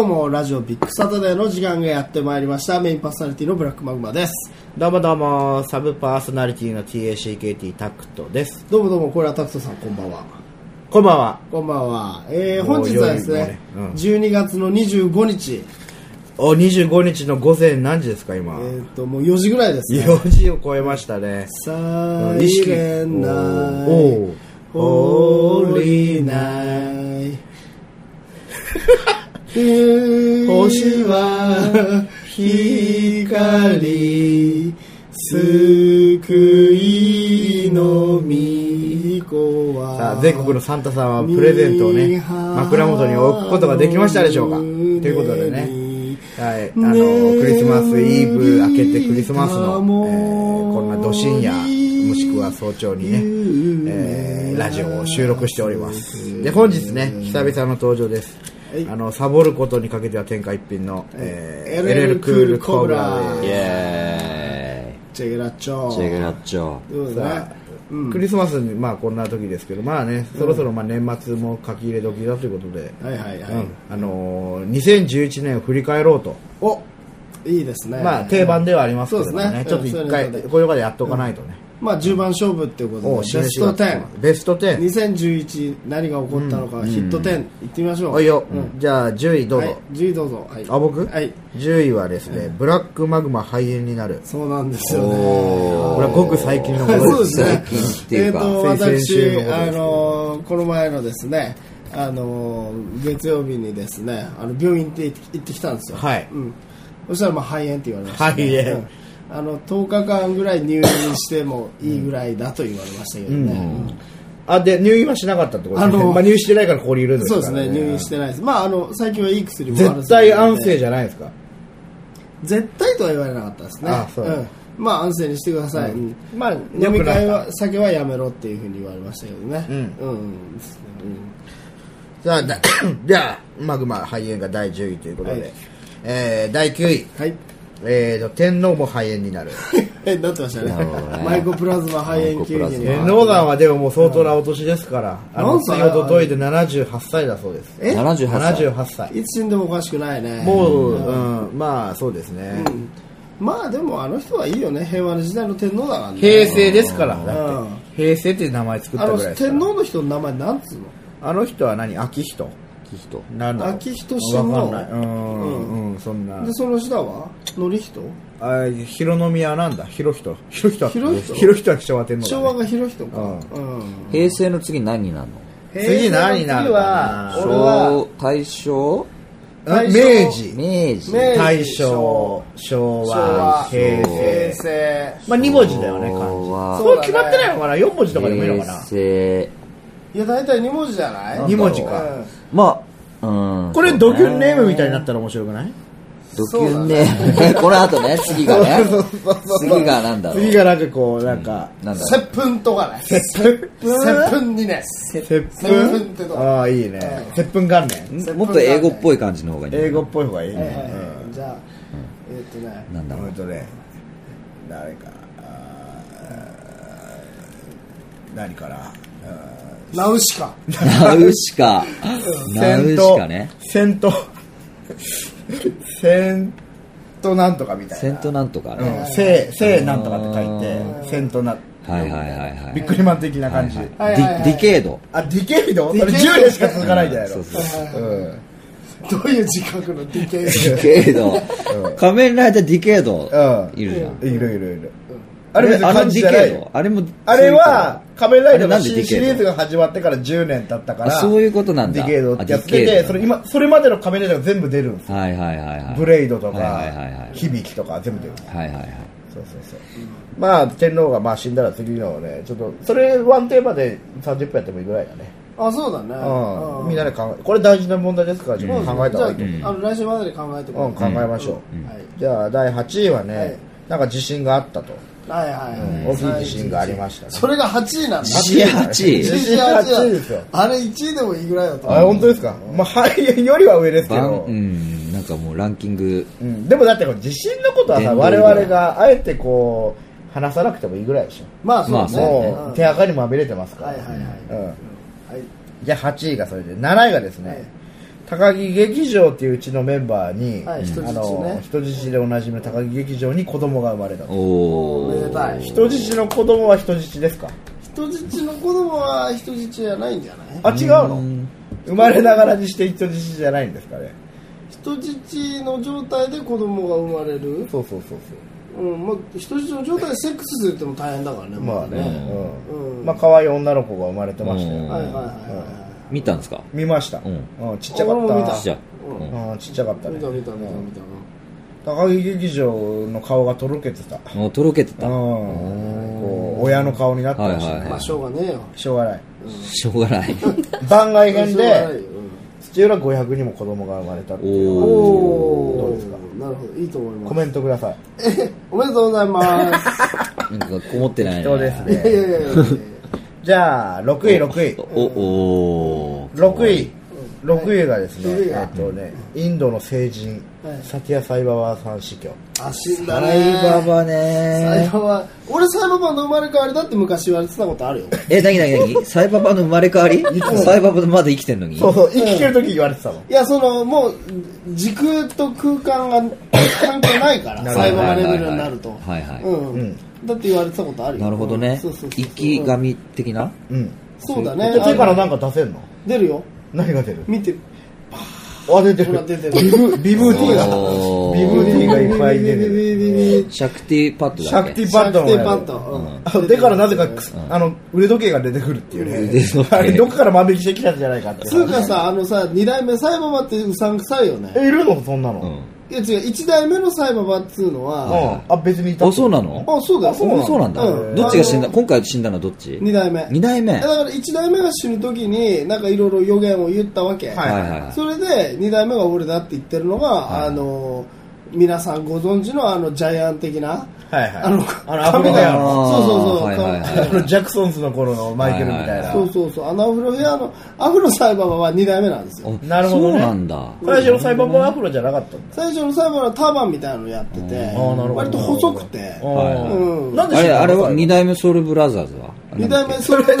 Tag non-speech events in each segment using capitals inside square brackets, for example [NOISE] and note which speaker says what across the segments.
Speaker 1: のラジオビッグサタデーの時間がやってまいりましたメインパーソナリティのブラックマグマです
Speaker 2: どうもどうも、サブパーソナリティの TACKT タクトです。
Speaker 1: どうもどうもこれはタクトさんこんばんは
Speaker 2: こんばんは。
Speaker 1: こんばんは、えー、本日はですね、
Speaker 2: もう夜
Speaker 1: 12月の25日
Speaker 2: お、25日の午前何時ですか、
Speaker 1: え
Speaker 2: 今。
Speaker 1: ー、ともう4時ぐらいですね
Speaker 2: 4時を超えましたね。
Speaker 1: サ
Speaker 2: 意
Speaker 1: イ
Speaker 2: 識
Speaker 1: レンナイ
Speaker 2: お
Speaker 1: ホ
Speaker 2: お
Speaker 1: ーリーナ
Speaker 2: [LAUGHS]
Speaker 1: イ星は光救いの御子は
Speaker 2: さあ、全国のサンタさんはプレゼントをね、枕元に置くことができましたでしょうか。ということでね。はい、あの、クリスマスイブ明けてクリスマスの、えーこんなど深夜、もしくは早朝にね、えーラジオを収録しております。で、本日ね、久々の登場です。あの、サボることにかけては天下一品の、えー
Speaker 1: LL クールコブラ
Speaker 2: です
Speaker 3: イエ
Speaker 1: チェゲラッチョ
Speaker 3: ーイチェックラッチョ
Speaker 1: ということでね
Speaker 2: さあクリスマスに、まあ、こんな時ですけど、まあね、そろそろまあ年末も書き入れ時だということで、
Speaker 1: はいはいはい、
Speaker 2: うんあのー2011年を振り返ろうと、
Speaker 1: おいいですね
Speaker 2: まあ、定番ではありますけど
Speaker 1: そう
Speaker 2: ね
Speaker 1: ですね
Speaker 2: ちょっと
Speaker 1: うん
Speaker 2: 一
Speaker 1: そういう
Speaker 2: 回、
Speaker 1: ので
Speaker 2: これからやっとかないとね、
Speaker 1: まあ10番勝負っていうことで
Speaker 2: おう
Speaker 1: ベスト10
Speaker 2: ベスト10、
Speaker 1: 2011何が起こったのか、ヒット10いってみましょう
Speaker 2: おいよ、
Speaker 1: うん
Speaker 2: じゃあ10位どうぞ、
Speaker 1: はい、10位どうぞ、はい、
Speaker 2: あ僕、
Speaker 1: はい
Speaker 2: 10位はですね、ブラックマグマ肺炎になる、
Speaker 1: そうなんですよね
Speaker 3: お
Speaker 2: これはごく最近のこ
Speaker 1: はい
Speaker 2: と
Speaker 1: [LAUGHS] そうです
Speaker 3: 最
Speaker 1: ね
Speaker 3: 近ってい
Speaker 1: え
Speaker 3: う
Speaker 1: っ
Speaker 3: か
Speaker 1: と
Speaker 2: 先々
Speaker 1: 私
Speaker 2: 週のことですけど
Speaker 1: あのーこの前のですねあのー月曜日にですねあの病院って行ってきたんですよ
Speaker 2: はい
Speaker 1: うん、そしたらまあ肺炎って言われました、
Speaker 2: 肺炎
Speaker 1: うんあの10日間ぐらい入院してもいいぐらいだと言われましたけどね、うん
Speaker 2: あで入院はしなかったってことです
Speaker 1: あ
Speaker 2: ね、
Speaker 1: のー
Speaker 2: まあ、入院してないからここにいるんです
Speaker 1: そ
Speaker 2: か
Speaker 1: う
Speaker 2: ら、
Speaker 1: ですね入院してないですまああの最近はいい薬もある
Speaker 2: 絶対安静
Speaker 1: ゃ
Speaker 2: じゃないですか。
Speaker 1: 絶対とは言われなかったですね
Speaker 2: あそうん
Speaker 1: まあ安静にしてください、うん
Speaker 2: まあ、
Speaker 1: 飲み会
Speaker 2: は
Speaker 1: は酒はやめろっていうふうに言われましたけどね
Speaker 2: うん
Speaker 1: うん、うんですねうん
Speaker 2: さあだ [COUGHS] じゃあマグマ肺炎が第10位ということで、
Speaker 1: はい
Speaker 2: えー第9位、
Speaker 1: はい。 [LAUGHS]
Speaker 2: えーと天皇も肺炎になる
Speaker 1: え、なってましたね。
Speaker 3: なるほどね
Speaker 1: マイコプラズマ肺炎球
Speaker 3: マイコプラ
Speaker 1: 児
Speaker 3: ズ
Speaker 1: に
Speaker 3: マ
Speaker 2: 天皇さんはでももう相当なお年ですから、あの
Speaker 1: 何
Speaker 2: つ
Speaker 1: 歳
Speaker 2: いおとといで78歳だそうです
Speaker 1: え
Speaker 3: 78歳
Speaker 2: 78歳
Speaker 1: いつ死んでもおかしくないね。
Speaker 2: もう、うんまあそうですね、
Speaker 1: うんまあでもあの人はいいよね。平和の時代の天皇だからね。
Speaker 2: 平成ですからだ
Speaker 1: う
Speaker 2: っ
Speaker 1: ん
Speaker 2: て平成っていう名前作っ
Speaker 1: あ
Speaker 2: た
Speaker 1: の
Speaker 2: ぐらいですから
Speaker 1: 天皇の人の名前なんつう
Speaker 2: あの人は何昭仁
Speaker 3: キヒト
Speaker 2: なの
Speaker 1: 昭仁親王
Speaker 2: わかんないうん、うんそんな
Speaker 1: ので、その下は典人
Speaker 2: あ広宮はなんだ広人広人は
Speaker 1: 広人
Speaker 2: 広人は昭和天皇だね
Speaker 1: 昭和が広人か。
Speaker 2: う
Speaker 1: うん
Speaker 3: 平成の次何になるの
Speaker 2: 次何になるかな
Speaker 1: 平成の次は俺は、
Speaker 3: 昭大正
Speaker 2: あ
Speaker 1: 大
Speaker 2: 明
Speaker 1: 正
Speaker 2: 治
Speaker 3: 明治
Speaker 1: 明治
Speaker 2: 大正昭
Speaker 1: 昭
Speaker 2: 和
Speaker 1: 和、
Speaker 2: 平成
Speaker 1: 平成。
Speaker 2: まあ2文字だよね漢
Speaker 3: 昭和
Speaker 2: 字そう決まってないのかな4文字とかでもいいのか
Speaker 3: 平
Speaker 2: な
Speaker 3: 成
Speaker 1: いや、大体2文字じゃない
Speaker 2: 2文字
Speaker 1: う
Speaker 2: か
Speaker 1: ん
Speaker 3: まあうん
Speaker 2: これ
Speaker 3: そう
Speaker 2: ドキュンネームみたいになったら面白くない
Speaker 3: ドキュンネーム [LAUGHS] この後ね次がね次が何だろ
Speaker 2: 次
Speaker 3: う
Speaker 2: がなんかこうなんか
Speaker 3: なんだろう
Speaker 1: 接吻とかね。接吻にね。
Speaker 2: 接
Speaker 1: 接吻ってど
Speaker 2: 吻
Speaker 1: う
Speaker 2: ああいいね接吻元年
Speaker 3: もっと英語っぽい感じの方がいい
Speaker 2: 英語っぽい方がいい
Speaker 1: はいはい
Speaker 2: ね
Speaker 1: はいじゃあ、えーっとね、
Speaker 3: なんだ
Speaker 2: [LAUGHS]
Speaker 3: ろ
Speaker 2: ほ
Speaker 3: うん
Speaker 2: とね誰かあー何かな
Speaker 1: ナウシカ。 [LAUGHS]
Speaker 3: ナウシカナウシカね
Speaker 2: 戦闘戦闘なんとかみたいな
Speaker 3: セントなんとかね
Speaker 2: うん、せい、せいなんとかって書いて、セントな、
Speaker 3: はいはいはいはい
Speaker 2: ビックリマン的な感じ。
Speaker 1: はい
Speaker 3: デ
Speaker 1: はいはい
Speaker 3: ィディケード
Speaker 2: あ、ディケイド
Speaker 1: ディ
Speaker 2: そ
Speaker 1: ケ
Speaker 2: れ
Speaker 1: イド
Speaker 2: 10年しか続かないんじゃない
Speaker 3: そ
Speaker 2: の
Speaker 3: うそうそう
Speaker 2: うん。
Speaker 1: どういう自覚のディケイ
Speaker 3: ディケード仮面ライダーディケード
Speaker 2: うん
Speaker 3: いるじゃん
Speaker 2: いるいるいる。
Speaker 3: あ
Speaker 2: あれ別に
Speaker 3: あの
Speaker 2: 感
Speaker 3: デ
Speaker 2: じ
Speaker 3: ィ
Speaker 2: じゃ
Speaker 3: ケ
Speaker 2: ない
Speaker 3: ー
Speaker 2: よ
Speaker 3: ド。あれも
Speaker 2: あれは、仮面ライダーの
Speaker 3: あれなんでディケイド
Speaker 2: シリーズが始まってから10年経ったから、
Speaker 3: あそういうことなんだ
Speaker 2: ディケイドってやって
Speaker 3: あディケイ
Speaker 2: て、
Speaker 3: ド
Speaker 2: それ今、それまでの仮面ライダーが全部出るんですよ。
Speaker 3: はいはいはいはい
Speaker 2: ブレイドと
Speaker 3: はいはいはいは
Speaker 2: か
Speaker 3: い、
Speaker 2: 響きとか全部出る。
Speaker 3: はいはいはい
Speaker 2: そうそうそう。まあ、天皇がまあ死んだら次のね、ちょっと、それワンテーマで30分やってもいいぐらいだね。 [LAUGHS]
Speaker 1: あ、そうだね。
Speaker 2: う
Speaker 1: うん
Speaker 2: みんなで考え、これ大事な問題ですから、自分で考えた方がいいと
Speaker 1: じゃああの来週までに考えて
Speaker 2: 思う。
Speaker 1: こ
Speaker 2: うん、
Speaker 1: い
Speaker 2: 考えましょう。
Speaker 1: はい
Speaker 2: じゃあ、第8位はね、
Speaker 1: はい
Speaker 2: なんか自信があったと。
Speaker 1: はいはいはい。
Speaker 2: 大きい自信がありましたね
Speaker 1: それが8位なんだ。
Speaker 3: 自信8位
Speaker 2: 自信8位ですよ。
Speaker 1: あれ1位でもいいぐらいだと思う。
Speaker 2: あ、本当ですかまあ、肺炎よりは上ですけ
Speaker 3: バン
Speaker 2: ど
Speaker 3: う。んなんかもうランキング
Speaker 2: うん、でもだってこう自信のことはさ
Speaker 3: 殿堂
Speaker 2: 我
Speaker 3: 入り
Speaker 2: 々があえてこう話さなくてもいいぐらいでし
Speaker 1: まあそう
Speaker 2: ょ
Speaker 1: で
Speaker 3: まあ
Speaker 1: す
Speaker 3: そ
Speaker 1: ね。
Speaker 3: う
Speaker 2: もう手垢にまみれてますから
Speaker 1: はいはいはい
Speaker 2: うん
Speaker 1: はい。
Speaker 2: じゃあ8位がそれで7位がですね、
Speaker 1: はい
Speaker 2: 高木劇場っていううちのメンバーに、
Speaker 1: はい人質ね
Speaker 2: あの人質でおなじみの高木劇場に子供が生まれたと
Speaker 3: お
Speaker 1: おめでた
Speaker 3: ー
Speaker 1: い
Speaker 2: 人質の子供は人質ですか
Speaker 1: 人質の子供は人質じゃないんじゃない
Speaker 2: あ違うの生まれながらにして人質じゃないんですかね
Speaker 1: 人質の状態で子供が生まれる、
Speaker 2: そうそうそう
Speaker 1: うんまあ、人質の状態でセックスするっても大変だからね
Speaker 2: そうまあね、うん
Speaker 1: うん
Speaker 2: まあ可愛い女の子が生まれてましたよ、
Speaker 3: うん
Speaker 1: はいはいはいは
Speaker 3: 見たんですか
Speaker 2: 見ました、
Speaker 3: うん
Speaker 2: うんちっちゃか
Speaker 1: 俺も見た
Speaker 2: っ
Speaker 3: じゃ
Speaker 1: うん
Speaker 2: た、うん、ちっちゃかった
Speaker 1: い
Speaker 2: ね
Speaker 1: 見た見た見た見た
Speaker 2: 高木劇場の顔がとろけてた、
Speaker 3: あもうとろけて
Speaker 2: うん
Speaker 3: た、
Speaker 2: こう親の顔になってましたね、
Speaker 3: はいはい
Speaker 1: まあしょうがねえよ
Speaker 2: しょうがない
Speaker 3: しょうがない
Speaker 2: 番外編
Speaker 1: [LAUGHS] しょうがないよ
Speaker 2: で土浦500にも子供が生まれたっていう
Speaker 1: うんお
Speaker 3: お
Speaker 2: どう
Speaker 1: お
Speaker 2: ですか
Speaker 1: なるほどいいと思い
Speaker 2: コ
Speaker 1: ます
Speaker 2: メントください
Speaker 1: おめでとうございます
Speaker 3: なんかこもってない
Speaker 2: そうです
Speaker 1: いやい
Speaker 2: ね
Speaker 1: やいやいや
Speaker 2: じゃあ6位6位
Speaker 3: おおー
Speaker 2: 6位6位がですね、
Speaker 1: はい
Speaker 2: えっとね、インドの成人、
Speaker 1: はい
Speaker 2: サティア・サイババーさん死去。
Speaker 1: あ死んだ
Speaker 3: サイ
Speaker 1: ね
Speaker 3: バ
Speaker 1: サ
Speaker 3: バ
Speaker 1: イ
Speaker 3: ね
Speaker 1: ババ俺サイババの生まれ変わりだって昔言われてたことあるよ
Speaker 3: え、なになになにサイババの生まれ変わりサイババまだ生きてんのに
Speaker 2: そうそう、生きてる時言われてたの。
Speaker 1: いやそのもう時空と空間が関係ないから
Speaker 2: なるほど
Speaker 1: サイババレベルになると
Speaker 3: はいはいはいはい
Speaker 1: うんだって言われてたことあるよ
Speaker 3: なるほどね
Speaker 1: そうそうそう。
Speaker 3: 生き神的な
Speaker 2: うん。
Speaker 1: そうだね
Speaker 2: で手から
Speaker 1: あの
Speaker 2: なんか出せんの
Speaker 1: 出るよ
Speaker 2: 何が出る
Speaker 1: 見てる
Speaker 2: あ、出て
Speaker 1: ほら
Speaker 2: る。
Speaker 1: 出てる
Speaker 2: ビブ、ビブーティーが、
Speaker 3: お
Speaker 2: ビブーティーがいっぱい出てる。
Speaker 1: る
Speaker 3: シャクティパッド
Speaker 2: シ
Speaker 3: だ
Speaker 2: ャ
Speaker 3: っ
Speaker 2: ク
Speaker 3: け
Speaker 2: ティ
Speaker 1: シャ
Speaker 2: バ
Speaker 1: ク
Speaker 2: ッ
Speaker 1: テ
Speaker 2: トも
Speaker 1: ィパッ
Speaker 2: や
Speaker 1: ドうん
Speaker 2: る。でからなぜかくす、あの、腕時計が出てくるっていうね。
Speaker 3: 腕時計
Speaker 2: あれ、どっから万引きしてきたんじゃないかって。
Speaker 1: つうかさあのさ二代目サイババってうさんくさいよね
Speaker 2: え、いるのそんなの。
Speaker 3: うん
Speaker 1: いや違う一代目のサイババっつうのは
Speaker 2: あ、別にいた
Speaker 3: あ、そうなの
Speaker 1: あそうだよ
Speaker 3: あそうなんだ。
Speaker 1: うん
Speaker 3: どっちが死んだ
Speaker 1: あの
Speaker 3: 今回死んだのはどっち
Speaker 1: 二代目
Speaker 3: 二代目。
Speaker 1: だから1代目が死ぬ時になんかいろいろ予言を言ったわけ、
Speaker 2: はい
Speaker 3: はいはい
Speaker 1: それで2代目が俺だって言ってるのが、あの皆さんご存知のあのジャイアン的な、
Speaker 2: はいはい。
Speaker 1: あの
Speaker 2: あの、アフロヘア
Speaker 1: そ
Speaker 2: の。
Speaker 1: うそうそう
Speaker 3: はいはい
Speaker 2: あ
Speaker 3: は
Speaker 2: のジャクソンズの頃のマイケルみたいな。
Speaker 1: そうそうそうあのアフロヘアのアフロサイバーは2代目なんですよ
Speaker 3: い。あ
Speaker 2: なるほど
Speaker 3: そう
Speaker 2: ね
Speaker 3: なんだ。
Speaker 2: 最初のサイバーバーアフロじゃなかったんだ。
Speaker 1: 最初のサイバーはターバンみたいなのやってて
Speaker 2: あーなるほど
Speaker 1: 割と細くて
Speaker 2: あー
Speaker 1: うん
Speaker 2: なんで
Speaker 3: あれ、あれは二
Speaker 2: 代
Speaker 3: 代目ソウルブラザーズは
Speaker 1: 2代目それ
Speaker 2: 三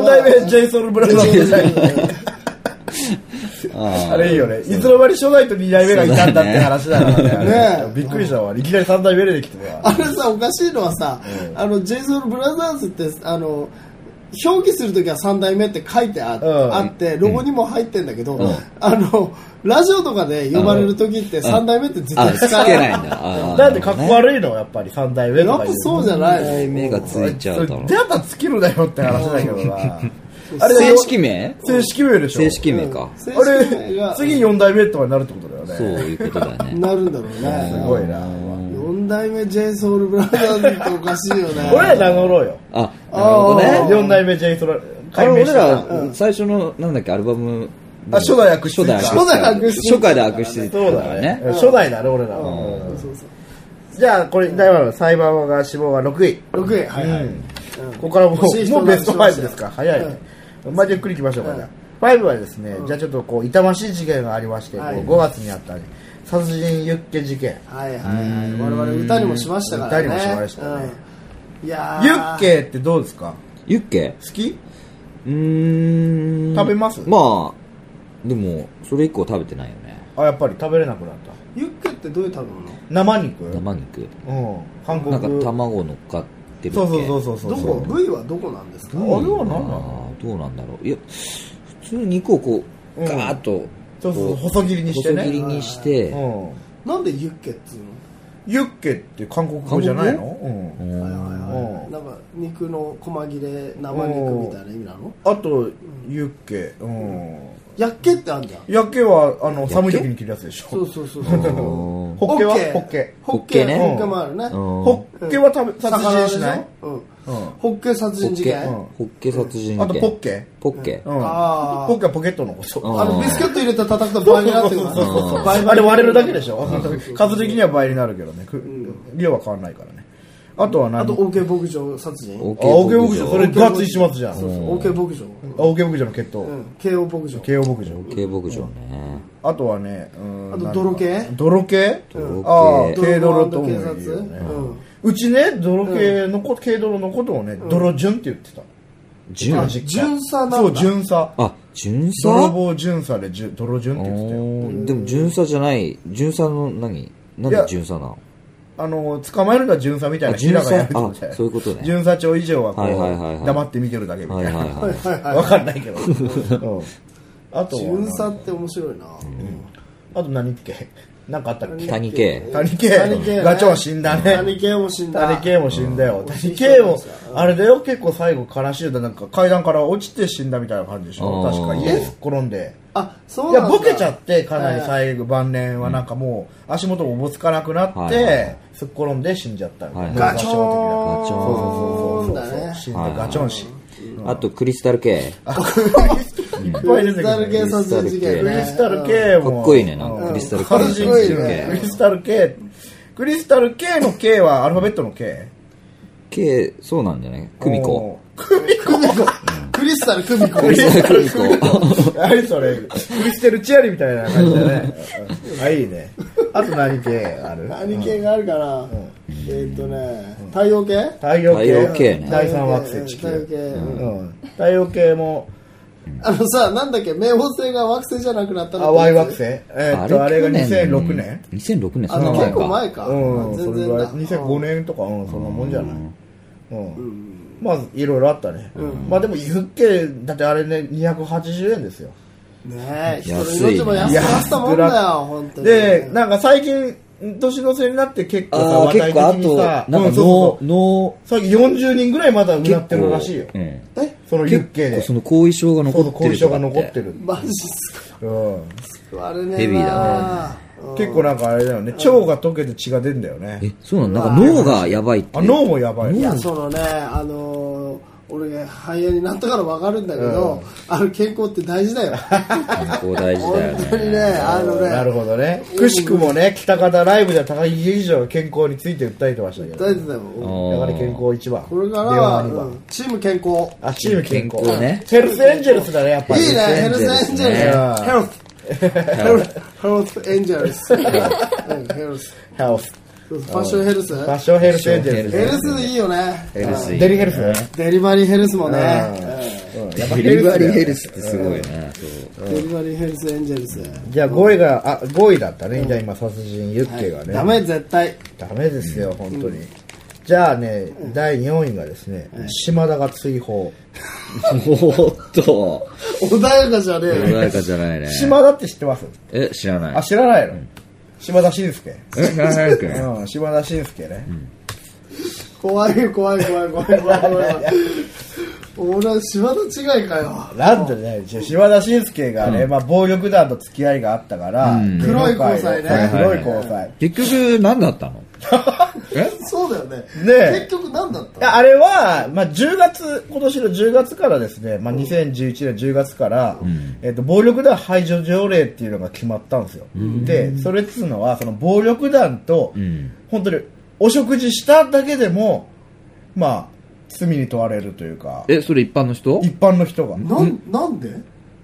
Speaker 1: 3
Speaker 2: 代目ジェイソン・ブラザーズじゃない
Speaker 3: あ
Speaker 2: あれいいよね。いつの間に初代と二代目がいたんだって話だからね。
Speaker 1: ね
Speaker 2: [LAUGHS] びっくりしたわ。いきなり三代目出てきてさ
Speaker 1: あれさ、おかしいのはさ、あの、ジェイソン・ブラザーズって、あの、表記するときは三代目って書いてあ,、
Speaker 2: うん
Speaker 1: あって、ロゴにも入ってんだけど、
Speaker 3: うん
Speaker 1: あの、ラジオとかで呼ばれるときって三代目って絶
Speaker 3: あ、
Speaker 1: 対
Speaker 3: つ
Speaker 1: 使わ
Speaker 3: け
Speaker 1: な。
Speaker 3: ないい
Speaker 1: やっ
Speaker 3: んだ。あー
Speaker 2: だってかっこ悪いの、やっぱり三代目とか
Speaker 1: ぱ
Speaker 2: 言う。
Speaker 1: そうじゃ
Speaker 2: ん。
Speaker 1: な
Speaker 3: 二代
Speaker 1: いの
Speaker 3: 目がついちゃうだろう
Speaker 2: だったらつけるだよって話だけどな。あれ
Speaker 3: [LAUGHS] 正式名
Speaker 2: 正式名でしょ。
Speaker 3: 正式名か。
Speaker 1: 正
Speaker 2: あ
Speaker 1: 式名
Speaker 2: れ
Speaker 1: が、
Speaker 2: 次四代目とかになるってことだよね。
Speaker 3: そういうこと
Speaker 2: [LAUGHS]
Speaker 3: だね。
Speaker 1: なるんだろう
Speaker 2: す
Speaker 1: ね。
Speaker 2: ごいな。
Speaker 1: 四代目ジェイソン・ブラザーズっておかしいよ
Speaker 2: [LAUGHS]
Speaker 1: ね。
Speaker 2: 俺ら名乗ろうよ。
Speaker 3: あ、なるほどね
Speaker 1: あ。
Speaker 2: 4代目 J ソラ
Speaker 3: あれ
Speaker 2: 改名
Speaker 3: 俺
Speaker 2: して
Speaker 3: ら、
Speaker 2: た
Speaker 3: 最初のなんだっけアルバム
Speaker 2: あ初代悪質
Speaker 3: 初代悪質
Speaker 1: 初代悪質
Speaker 3: 初回で悪質
Speaker 2: そう
Speaker 3: だから
Speaker 2: だね
Speaker 3: ね
Speaker 2: 初代だね俺ら
Speaker 1: そうそうそう
Speaker 2: じゃあこれ大和の裁判が死亡が6位
Speaker 1: 六位、はいはい。
Speaker 2: ここからもう
Speaker 1: 欲しい人
Speaker 2: もうベスト
Speaker 1: の話しました
Speaker 2: 5ですか早いねまあじゃあゆっくりいきましょうかじゃあ5はですねじゃあちょっとこう痛ましい事件がありまして
Speaker 1: はい
Speaker 2: 5月にあった殺人ユッケ事件
Speaker 1: はいはいはい。我々歌にもしましたからね。
Speaker 2: 歌にもしましたね
Speaker 1: うんいやー
Speaker 2: ユッケってどうですか
Speaker 3: ユッケ
Speaker 2: 好き
Speaker 3: うーん
Speaker 2: 食べます
Speaker 3: まあでもそれ以降食べてないよね
Speaker 2: あやっぱり食べれなくなった
Speaker 1: ユッケってどういう食べ物
Speaker 2: 生肉うん
Speaker 3: 生肉
Speaker 2: 韓国
Speaker 3: なんか卵乗っかってるっけ
Speaker 2: そうそうそうそうそう
Speaker 1: どこ部位はどこなんですか
Speaker 2: あれは何なの
Speaker 3: あーどうなんだろういや普通に肉をこ
Speaker 2: うん
Speaker 3: うガーッと
Speaker 2: そうそう
Speaker 3: こ
Speaker 2: 細切りにしてね
Speaker 3: 細切りにして
Speaker 2: うん
Speaker 1: なんでユッケっつう
Speaker 2: ユッケって韓国語じゃないの、うん、
Speaker 1: のはいはいは
Speaker 2: う
Speaker 1: い
Speaker 2: ん
Speaker 1: なんか肉の細切れ生肉みたいな意味なの
Speaker 2: あとユッケうん
Speaker 1: やっけってあんじゃん
Speaker 2: ヤッケはあの寒い時に切るやつでしょ
Speaker 1: そうそうそうそう
Speaker 3: うん
Speaker 2: ホッケは
Speaker 1: ホッケ
Speaker 2: ホ
Speaker 1: ホ
Speaker 2: ッケ
Speaker 1: ッケ
Speaker 3: ホッケね
Speaker 1: ホッケもあるね
Speaker 3: うん
Speaker 2: ホッケは食べ殺
Speaker 1: 魚
Speaker 2: 人
Speaker 1: でし
Speaker 2: し
Speaker 1: ょ
Speaker 2: ない
Speaker 1: うん
Speaker 2: うん
Speaker 1: ホッケ殺
Speaker 3: ホ
Speaker 1: 人
Speaker 3: ッ
Speaker 1: 事
Speaker 3: ケ
Speaker 1: 件
Speaker 2: うん
Speaker 3: ホッケ殺人事件
Speaker 2: あとポッケ
Speaker 3: ポッケ
Speaker 2: うん
Speaker 1: あー
Speaker 2: ポッケはポケットのこと
Speaker 3: うん
Speaker 1: あのビスケット入れて叩くと倍になってくるから
Speaker 2: そう
Speaker 1: 倍
Speaker 2: あれ割れるだけでしょ数的には倍になるけどねく量は変わらないからねあとは何
Speaker 1: あと OK 牧場殺人
Speaker 3: オー
Speaker 2: あオーケー牧場それ
Speaker 1: OK
Speaker 2: ガチ一末じゃん
Speaker 1: そうそう OK 牧場
Speaker 2: あオーケー牧場の血
Speaker 1: う
Speaker 2: 統
Speaker 1: ん KO 牧場
Speaker 2: 慶応牧場
Speaker 3: オーケー牧場ね
Speaker 2: あとはね、うん
Speaker 1: あと
Speaker 2: なんだ
Speaker 1: 泥系
Speaker 2: 泥系
Speaker 3: うん
Speaker 2: ああ、
Speaker 3: 泥系
Speaker 2: 軽泥とも言うよね
Speaker 1: 警察うん。
Speaker 2: うちね、泥系のこ、軽泥のことをね、泥順って言ってた。
Speaker 3: 純
Speaker 2: 実家
Speaker 1: 純さなんだ
Speaker 2: そう、純さ。
Speaker 3: あ巡
Speaker 2: 泥
Speaker 3: 査
Speaker 2: 棒巡査でじゅ泥順って言ってたよ
Speaker 3: うんでも巡査じゃない、巡査の何なん
Speaker 2: いや
Speaker 3: で巡査なの
Speaker 2: あの捕まえるのは巡査みたいな
Speaker 3: あ巡
Speaker 2: 平
Speaker 3: 査
Speaker 2: がやるみたいな
Speaker 3: あそういうことね
Speaker 2: 巡査長以上はこう、
Speaker 3: はいはいはいはい
Speaker 2: 黙って見てるだけみた
Speaker 3: はいい
Speaker 2: な、
Speaker 3: はいは
Speaker 2: [LAUGHS]
Speaker 3: い。
Speaker 2: わかんないけ
Speaker 3: [LAUGHS]
Speaker 2: ど、うんあとは
Speaker 1: 巡査って面白いな、うん
Speaker 2: あと何系なんかあったっけ
Speaker 3: 谷系。
Speaker 2: 谷
Speaker 1: 谷
Speaker 2: 系
Speaker 1: 系
Speaker 2: ガチョウ死んだね
Speaker 1: 谷系も死んだ
Speaker 2: 谷系も死んだよ谷系
Speaker 1: うん
Speaker 2: もあれだよ結構最後悲しいだなんか階段から落ちて死んだみたいな感じでしょ
Speaker 3: あー
Speaker 2: 確か家突っ転んで
Speaker 1: あそ
Speaker 2: いう
Speaker 1: な
Speaker 2: や
Speaker 1: んだ
Speaker 2: ボケちゃってかなり最後晩年はなんかもう足元もおぼつかなくなっ
Speaker 3: はいはいは
Speaker 2: て突っ転んで死んじゃったみたいな
Speaker 1: ガチョ
Speaker 2: ョ
Speaker 3: ガチ
Speaker 2: そ
Speaker 1: ー
Speaker 2: うそうそ
Speaker 1: ン
Speaker 2: う
Speaker 1: だ
Speaker 2: そうそう
Speaker 1: ね
Speaker 2: 死んだガチョン死
Speaker 3: あとクリスタル系。
Speaker 1: クリスタル系殺人事件ね
Speaker 2: いっぱい出てくるねクリスタル K も。
Speaker 3: かっこいいねなんか
Speaker 2: うん
Speaker 3: クリスタル K
Speaker 2: かっこいいね
Speaker 1: かっこいい
Speaker 2: ク
Speaker 1: ね
Speaker 2: リスタル K。クリスタル K の K はアルファベットの K?
Speaker 3: 系、そうなんじゃないクミコ。。
Speaker 1: クミコクリスタルクミコ
Speaker 2: クリスタル K。何それ。クリステルチアリみたいな感じだね。うんあ、いいね。あと何系ある
Speaker 1: 何系があるかな、えーっとね太陽系
Speaker 2: 太陽系。
Speaker 3: 太陽系ね
Speaker 2: 第三惑星地
Speaker 1: 太陽系
Speaker 2: 球。
Speaker 1: うん
Speaker 2: うん太陽系も、
Speaker 1: あのさなんだっけ冥王星が惑星じゃなくなったの
Speaker 2: あ、Y 惑星。えーっと、あれが
Speaker 3: 去年
Speaker 2: 2006年。
Speaker 3: 2006年、そ
Speaker 1: あ
Speaker 3: んな
Speaker 1: の
Speaker 3: 前
Speaker 1: 結構前
Speaker 3: か。
Speaker 1: か、
Speaker 2: うん、そ
Speaker 1: 全
Speaker 2: れ
Speaker 1: 然
Speaker 2: ぐらい
Speaker 1: だ
Speaker 2: 2005年とか、うん、そんなもんじゃない。うん。まあ、いろいろあったね。まあでも、ユッケ、だってあれね、280円ですよ。
Speaker 1: ねえ人の
Speaker 3: 安い
Speaker 1: 命も安くなったもんだよ本当に
Speaker 2: で、なんか最近、年の瀬になって結構さ、
Speaker 3: ああ、
Speaker 2: 話
Speaker 3: 結
Speaker 2: 題的
Speaker 3: 構あ
Speaker 2: に
Speaker 3: と
Speaker 2: さ、、
Speaker 3: なん
Speaker 2: う
Speaker 3: か
Speaker 2: んそうそう
Speaker 3: 脳、脳、
Speaker 2: 最近40人ぐらいまだうなってるらしいよ。
Speaker 3: うん。
Speaker 1: え
Speaker 2: そのユ
Speaker 3: 結
Speaker 2: ッケで。
Speaker 3: 構
Speaker 2: そ
Speaker 3: そうの後遺症が
Speaker 2: そう、
Speaker 3: 残って
Speaker 2: 後遺
Speaker 3: る
Speaker 2: 症
Speaker 3: と
Speaker 2: が
Speaker 3: か
Speaker 2: 残
Speaker 3: っ
Speaker 2: って
Speaker 3: て。
Speaker 2: る。
Speaker 1: マジっすか
Speaker 2: うん。
Speaker 1: 救われねえな
Speaker 3: ヘビーだ
Speaker 2: 結構なんかあれだよね、腸が溶けて血が出るんだよ
Speaker 3: え
Speaker 2: ね。、
Speaker 3: そうなのなんか脳がやばいって。
Speaker 2: あ、脳もやばい
Speaker 1: い
Speaker 2: よ。
Speaker 1: やそのねあのー俺が肺炎になったから分かるんだけど、あの健康って大事
Speaker 2: [LAUGHS]
Speaker 1: だよ
Speaker 3: 健康大事だよ
Speaker 1: 本当に
Speaker 3: ね。
Speaker 1: ねあのね
Speaker 2: なるほどね。くしくもね、北方ライブでは高木議事長が健康について訴えてましたけど。
Speaker 1: 大事だよ
Speaker 3: あ
Speaker 2: だから健康一番。
Speaker 1: これから
Speaker 2: 電話
Speaker 1: は、
Speaker 2: 二番
Speaker 1: うんチーム健康
Speaker 2: あ、チーム健
Speaker 3: 健
Speaker 2: 康
Speaker 3: 康ね
Speaker 2: ヘルスエンジェルスだね、やっぱり。
Speaker 1: いいね、ヘル
Speaker 3: ル
Speaker 1: ス
Speaker 3: ス
Speaker 1: エ
Speaker 3: エ
Speaker 1: ンジ
Speaker 3: ンジ
Speaker 1: ェ
Speaker 3: ェ
Speaker 1: ル
Speaker 3: ル
Speaker 1: ス
Speaker 3: ス
Speaker 2: ね。
Speaker 1: ヘルス。ヘルスエンジェルス。うんヘルス。
Speaker 2: ヘルス。
Speaker 1: ファッションヘルス
Speaker 2: ファッションヘルスエンジェルス。
Speaker 1: ヘルスでいいよね。
Speaker 3: ヘルスいい
Speaker 2: デリヘルスだね。
Speaker 1: デリバリーヘルスもね。
Speaker 2: うん
Speaker 3: デリバリーヘル。
Speaker 2: やっぱ
Speaker 3: スってすごいね。
Speaker 1: うんデリバリーヘルスエンジェルス。
Speaker 2: じゃあ5位が、あ、5位だったね。じゃあ今、殺人ユッケがね。
Speaker 1: ダメ、絶対。
Speaker 2: ダメですよ、本当に。じゃあね、第4位がですね、島田が追放。
Speaker 3: おーっと、
Speaker 1: 穏やかじゃねえ
Speaker 3: 穏
Speaker 1: よ。
Speaker 3: やかじゃないね。
Speaker 2: 島田って知ってます
Speaker 3: え、知らな
Speaker 2: あ、
Speaker 3: い。
Speaker 2: 知らないの島田紳介。
Speaker 3: え、知らないくね。
Speaker 2: うん、島田紳介ね。
Speaker 1: 怖いよ、怖い、怖い、怖い、怖い、怖い。俺、島の違いかよ。
Speaker 2: なんでね、じゃあ島田紳介がね、まあ暴力団と付き合いがあったから、芸能
Speaker 1: 黒
Speaker 2: 界の
Speaker 1: い交際ね
Speaker 2: そう黒い
Speaker 3: はいはい
Speaker 2: 交際。
Speaker 3: 結局、何だったのえ
Speaker 1: そうだよね。結
Speaker 2: え
Speaker 1: 局何だっ
Speaker 2: い
Speaker 1: た
Speaker 2: やあれは、まあ、10月、今年の10月からですね、まあ、2011年10月から、えっと、暴力団排除条例っていうのが決まったんですよ。で、それっつうのは、その暴力団と、
Speaker 3: ん
Speaker 2: 本当にお食事しただけでも、まあ、罪に問われるというか、
Speaker 3: え、それ一般の人
Speaker 2: 一般の人が。
Speaker 1: なん、なんで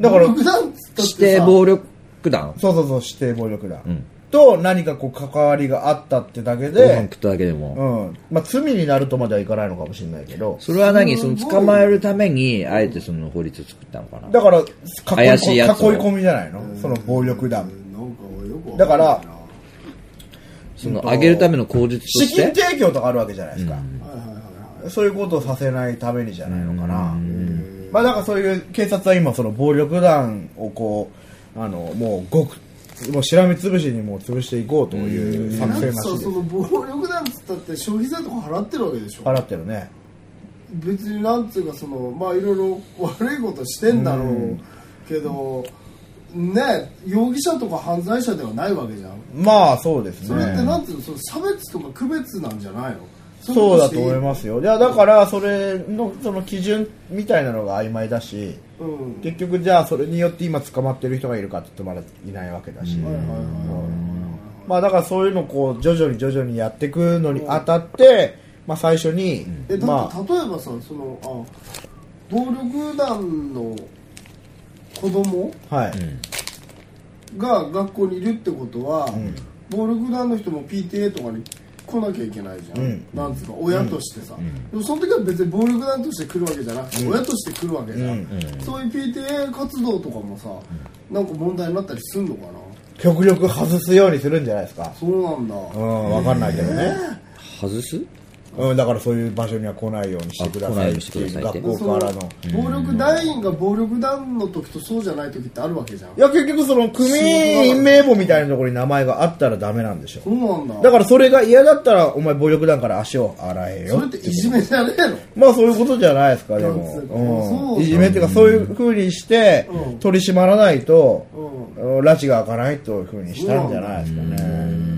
Speaker 2: だから
Speaker 1: 僕なんつったっ
Speaker 3: 指
Speaker 1: て
Speaker 3: 定
Speaker 1: さ。
Speaker 3: 暴力団
Speaker 2: そうそうそう、指定暴力団。
Speaker 3: ん
Speaker 2: と、何かこう、関わりがあったってだけ
Speaker 3: ご飯
Speaker 2: で
Speaker 3: 食、っただけで
Speaker 2: う
Speaker 3: も。
Speaker 2: ん。まあ、罪になるとまではいかないのかもしれないけど、
Speaker 3: それは何
Speaker 1: す
Speaker 3: そ
Speaker 1: ごい
Speaker 3: の捕まえるために、あえてその法律を作ったのかな
Speaker 2: だから、囲い
Speaker 3: 怪しい
Speaker 2: 囲い
Speaker 3: やつを
Speaker 2: 込みじゃないのその暴力
Speaker 1: な
Speaker 2: 団。
Speaker 1: んかよくわんないな
Speaker 2: だから、
Speaker 3: その、上げるための口実と
Speaker 2: 資
Speaker 3: し
Speaker 2: 金
Speaker 3: て
Speaker 2: 提供とかあるわけじゃないですか、
Speaker 1: はいはいはいはい。
Speaker 2: そういうことをさせないためにじゃないのかな、まあなんかそういう警察は今その暴力団をこうあのもうごくもうしらみつぶしにもう潰していこうという作
Speaker 1: なん
Speaker 2: 戦
Speaker 1: から
Speaker 2: し
Speaker 1: さ
Speaker 2: いで
Speaker 1: その暴力団っつったって消費税とか払ってるわけでしょ
Speaker 2: 払ってるね
Speaker 1: 別になんつうかそのまあいろいろ悪いことしてんだろうけどね容疑者とか犯罪者ではないわけじゃん
Speaker 2: まあそうです
Speaker 1: それって
Speaker 2: ね
Speaker 1: なんつうのその差別とか区別なんじゃないの
Speaker 2: そうだと思いますすよいやだからそれのその基準みたいなのが曖昧だし
Speaker 1: うん
Speaker 2: 結局じゃあそれによって今捕まってる人がいるかって言ってまだいないわけだし、
Speaker 1: はいはいはいはい
Speaker 2: まあだからそういうのをこう徐々に徐々にやっていくのにあたって、まあ最初に、
Speaker 1: えだ
Speaker 2: ま
Speaker 1: っ
Speaker 2: あ
Speaker 1: て例えばさそのあ暴力団の子供
Speaker 2: はい、
Speaker 1: が学校にいるってことは、暴力団の人も PTA とかに来なきゃいけないじゃん、
Speaker 2: うん
Speaker 1: なんつうか親としてさ、でもその時は別に暴力団として来るわけじゃなくて、親として来るわけじゃん、そういう PTA 活動とかもさなんか問題になったりすんのかな
Speaker 2: 極力外すようにするんじゃないですか
Speaker 1: そうなんだ、
Speaker 2: うんわかんないけどね、
Speaker 3: 外す
Speaker 2: うん、だからそういう場所には来ないようにしてくださいっ
Speaker 3: あ来
Speaker 2: て
Speaker 3: ない
Speaker 2: い
Speaker 3: ようにして
Speaker 2: う
Speaker 3: ください
Speaker 2: 学
Speaker 3: って
Speaker 2: 校
Speaker 1: その
Speaker 2: からの
Speaker 1: 暴力団員が暴力団の時とそうじゃない時ってあるわけじゃん
Speaker 2: いや結局その組員名簿みたいなところに名前があったらダメなんでしょ
Speaker 1: そうなんだ
Speaker 2: だからそれが嫌だったらお前暴力団から足を洗えよ
Speaker 1: それっていじめじゃねえの
Speaker 2: まあそういうことじゃないですかで
Speaker 1: なんつうか
Speaker 2: も、
Speaker 1: そう
Speaker 2: うん、いじめっていうかそういうふうにして
Speaker 1: うん
Speaker 2: 取り締まらないと、
Speaker 1: う
Speaker 2: 拉致が開かないというふうにしたんじゃないですかね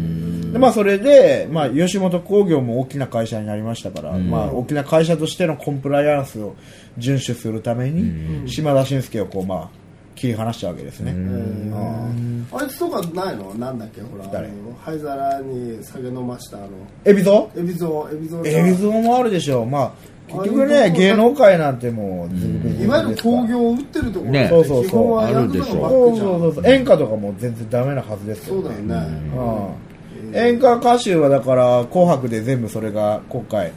Speaker 2: でまあそれで、まあ、吉本興業も大きな会社になりましたから、まあ、大きな会社としてのコンプライアンスを遵守するために島田紳介をこう、まあ、切り離したわけですね、うん
Speaker 1: あいつとかないのなんだっけほらあ
Speaker 2: 誰
Speaker 1: の灰皿に酒飲ましたあの
Speaker 2: 海老蔵
Speaker 1: 海老蔵海老蔵
Speaker 2: 海老蔵もあるでしょう、まあ、結局
Speaker 1: あれ
Speaker 2: ね
Speaker 1: も
Speaker 2: 芸能界なんてもうずるずるずるです
Speaker 1: い
Speaker 2: か
Speaker 1: わ
Speaker 2: ら
Speaker 1: ゆる興行を打ってるところ
Speaker 3: ね
Speaker 2: そうそうそう
Speaker 1: 基本はやるのがバ
Speaker 2: そ
Speaker 1: ッ
Speaker 2: う
Speaker 1: クじゃ
Speaker 2: そうんそうそう演歌とかも全然ダメなはずですけ
Speaker 1: そう
Speaker 2: ど
Speaker 1: だよ
Speaker 2: ね
Speaker 1: ね
Speaker 2: うん演歌歌手はだから「紅白」で全部それが今回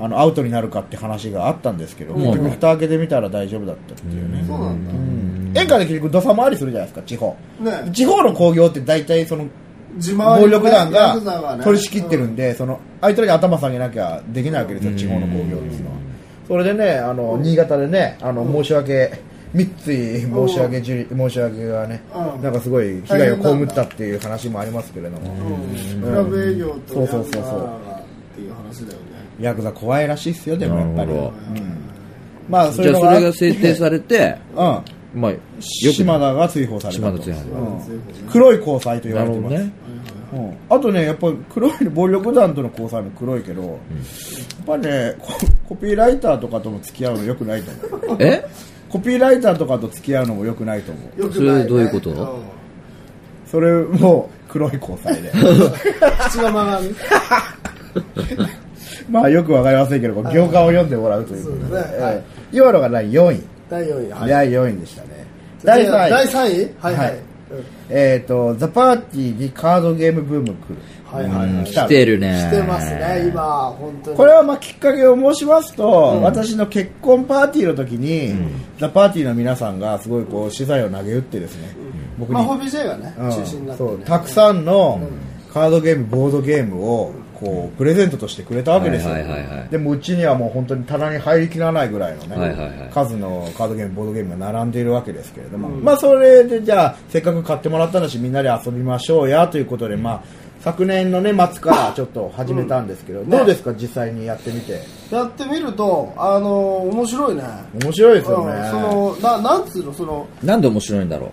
Speaker 2: あのアウトになるかって話があったんですけど
Speaker 3: ん
Speaker 2: 結局蓋開けてみたら大丈夫だったっていうね
Speaker 1: そうなん
Speaker 2: 演歌で結局土佐回りするじゃないですか地方
Speaker 1: だね
Speaker 2: 地方の興行って大体その
Speaker 1: 自慢
Speaker 2: 暴力団が取り仕切ってるんでその相手に頭下げなきゃできないわけですよ地方の興行ですのはそれでねあの新潟でねあの申し訳三井申し訳ジュリ申し訳がね
Speaker 1: うん
Speaker 2: なんかすごい被害を被ったっていう話もありますけれども
Speaker 1: クラブ営業と
Speaker 2: そう
Speaker 1: ヤクザ
Speaker 2: そうそうそう
Speaker 1: がっていう話だよね
Speaker 2: ヤクザ怖いらしいっすよでもやっぱり
Speaker 3: なるほ
Speaker 2: うんまあそ
Speaker 3: じ
Speaker 2: れ
Speaker 3: ゃあ
Speaker 2: の
Speaker 3: それが制定されて、
Speaker 2: うん
Speaker 3: まあ、よく
Speaker 2: 島田が追放された
Speaker 3: 島
Speaker 2: と
Speaker 3: 田追放
Speaker 1: うん
Speaker 2: 黒い交際と言わ
Speaker 3: な
Speaker 2: れ
Speaker 3: る
Speaker 2: て
Speaker 3: ほど
Speaker 2: ます
Speaker 3: ね。
Speaker 2: うん、あとね、やっぱ黒い暴力団との交際も黒いけど、やっぱりねコ、コピーライターとかとも付き合うの良くないと思う。
Speaker 3: え
Speaker 2: コピーライターとかと付き合うのも良くないと思う。
Speaker 1: よくないね
Speaker 3: それどういうこと
Speaker 1: ん
Speaker 2: それも黒い
Speaker 1: [LAUGHS]
Speaker 2: 交際で。
Speaker 1: 口が曲がる
Speaker 2: まあよくわかりませんけど、こう行間を読んでもらうということ
Speaker 1: そうだねはい
Speaker 2: ええ今のが第4位。
Speaker 1: 第4位はい
Speaker 2: 第4位でしたね。第3位。
Speaker 1: 第三位はいはい
Speaker 2: はいえっ、と、ザ・パーティーにカードゲームブーム来る。
Speaker 1: はいはいはい
Speaker 2: 来
Speaker 3: 来てるね。
Speaker 1: してますね今本当に
Speaker 2: これはまあきっかけを申しますと、私の結婚パーティーの時に、ザ・パーティーの皆さんがすごいこう資材を投げ打ってですね、僕
Speaker 1: まあホ
Speaker 2: に、
Speaker 1: ビー J がね
Speaker 2: うん
Speaker 1: 中心になって
Speaker 2: そう
Speaker 1: ね
Speaker 2: たくさんのカードゲームボードゲームをこうプレゼントとしてくれたわけですよ、
Speaker 3: はいはいはいはい
Speaker 2: でもうちにはもう本当に棚に入りきらないぐらいのね、
Speaker 3: はいはいはい
Speaker 2: 数のカードゲームボードゲームが並んでいるわけですけれども、まあそれでじゃあせっかく買ってもらったんだしみんなで遊びましょうやということでまあ昨年のね末からちょっと始めたんですけど、どうですか実際にやってみて
Speaker 1: やってみるとあの面白いね
Speaker 2: 面白いですよ
Speaker 1: うんそ
Speaker 2: ね、
Speaker 1: のななんつうのその
Speaker 3: なんで面白いんだろ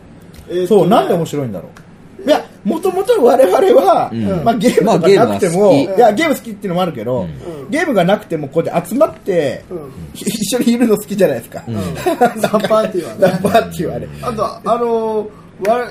Speaker 1: えーっとね
Speaker 2: そうなんで面白いんだろういやもともと我々は、まあ、ゲームとかなくて
Speaker 3: まあ
Speaker 2: も、
Speaker 3: ゲームは好き
Speaker 2: いやゲーム好きっていうのもあるけど、ゲームがなくてもこうやって集まって、
Speaker 1: ん
Speaker 2: 一緒にいるの好きじゃないですか、
Speaker 1: ザ・パーティーは
Speaker 2: ダン
Speaker 1: ね
Speaker 2: パーティーはね、
Speaker 1: あとあのわれ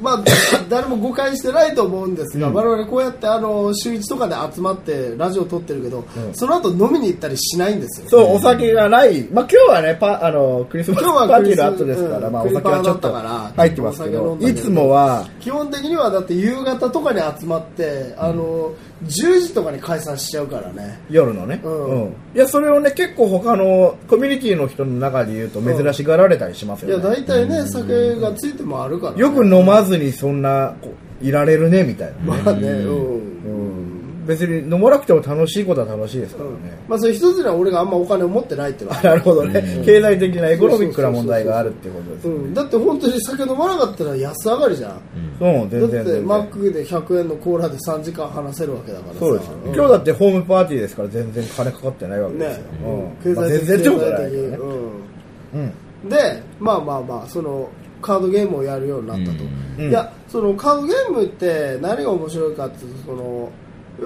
Speaker 1: まあ、誰も誤解してないと思うんですが、我々こうやってあの週一とかで集まってラジオ撮ってるけど、その後飲みに行ったりしないんですよ
Speaker 2: そう、お酒がない。まあ今日はね、パあの、クリスマスパ
Speaker 1: 今日は
Speaker 2: ーティーの後ですから、
Speaker 1: うん
Speaker 2: まあお酒はちょっと入ってますけ
Speaker 1: クリパーだっ、
Speaker 2: ど
Speaker 1: たから
Speaker 2: いつもは、
Speaker 1: 基本的にはだって夕方とかに集まってあの10時とかに解散しちゃうからね
Speaker 2: 夜のね、
Speaker 1: うん
Speaker 2: いや、それをね、結構他のコミュニティの人の中で言うと珍しがられたりします
Speaker 1: いや
Speaker 2: よね。
Speaker 1: 大体ね酒がついてもあるから、ね、
Speaker 2: よく飲まずにそんな、こういられるね、みたいな。
Speaker 1: まあねうん
Speaker 2: うん別に飲まなくても楽しいことは楽しいですからね。
Speaker 1: まあそれ一つには俺があんまお金を持ってないってのは
Speaker 2: なるほどね、経済的なエコノミックな問題がある [LAUGHS] っていうことです
Speaker 1: う。ん、だって本当に酒飲まなかったら安上がりじゃん、
Speaker 2: うん、全然
Speaker 1: だ
Speaker 2: 全
Speaker 1: って
Speaker 2: 然。
Speaker 1: マックで100円のコーラで3時間話せるわけだからさ
Speaker 2: そうですよ、今日だってホームパーティーですから全然金かかってないわ
Speaker 1: ね
Speaker 2: けですよ、う
Speaker 1: 経
Speaker 2: んまあ、
Speaker 1: 済
Speaker 2: 全
Speaker 1: 的
Speaker 2: 然ってことじゃないけ
Speaker 1: 経
Speaker 2: ど
Speaker 1: 済
Speaker 2: ね
Speaker 1: 的、
Speaker 2: うん
Speaker 1: うん、でまあまあまあそのカードゲームをやるようになったと、
Speaker 2: うん
Speaker 1: いやそのカードゲームって何が面白いかっていうとその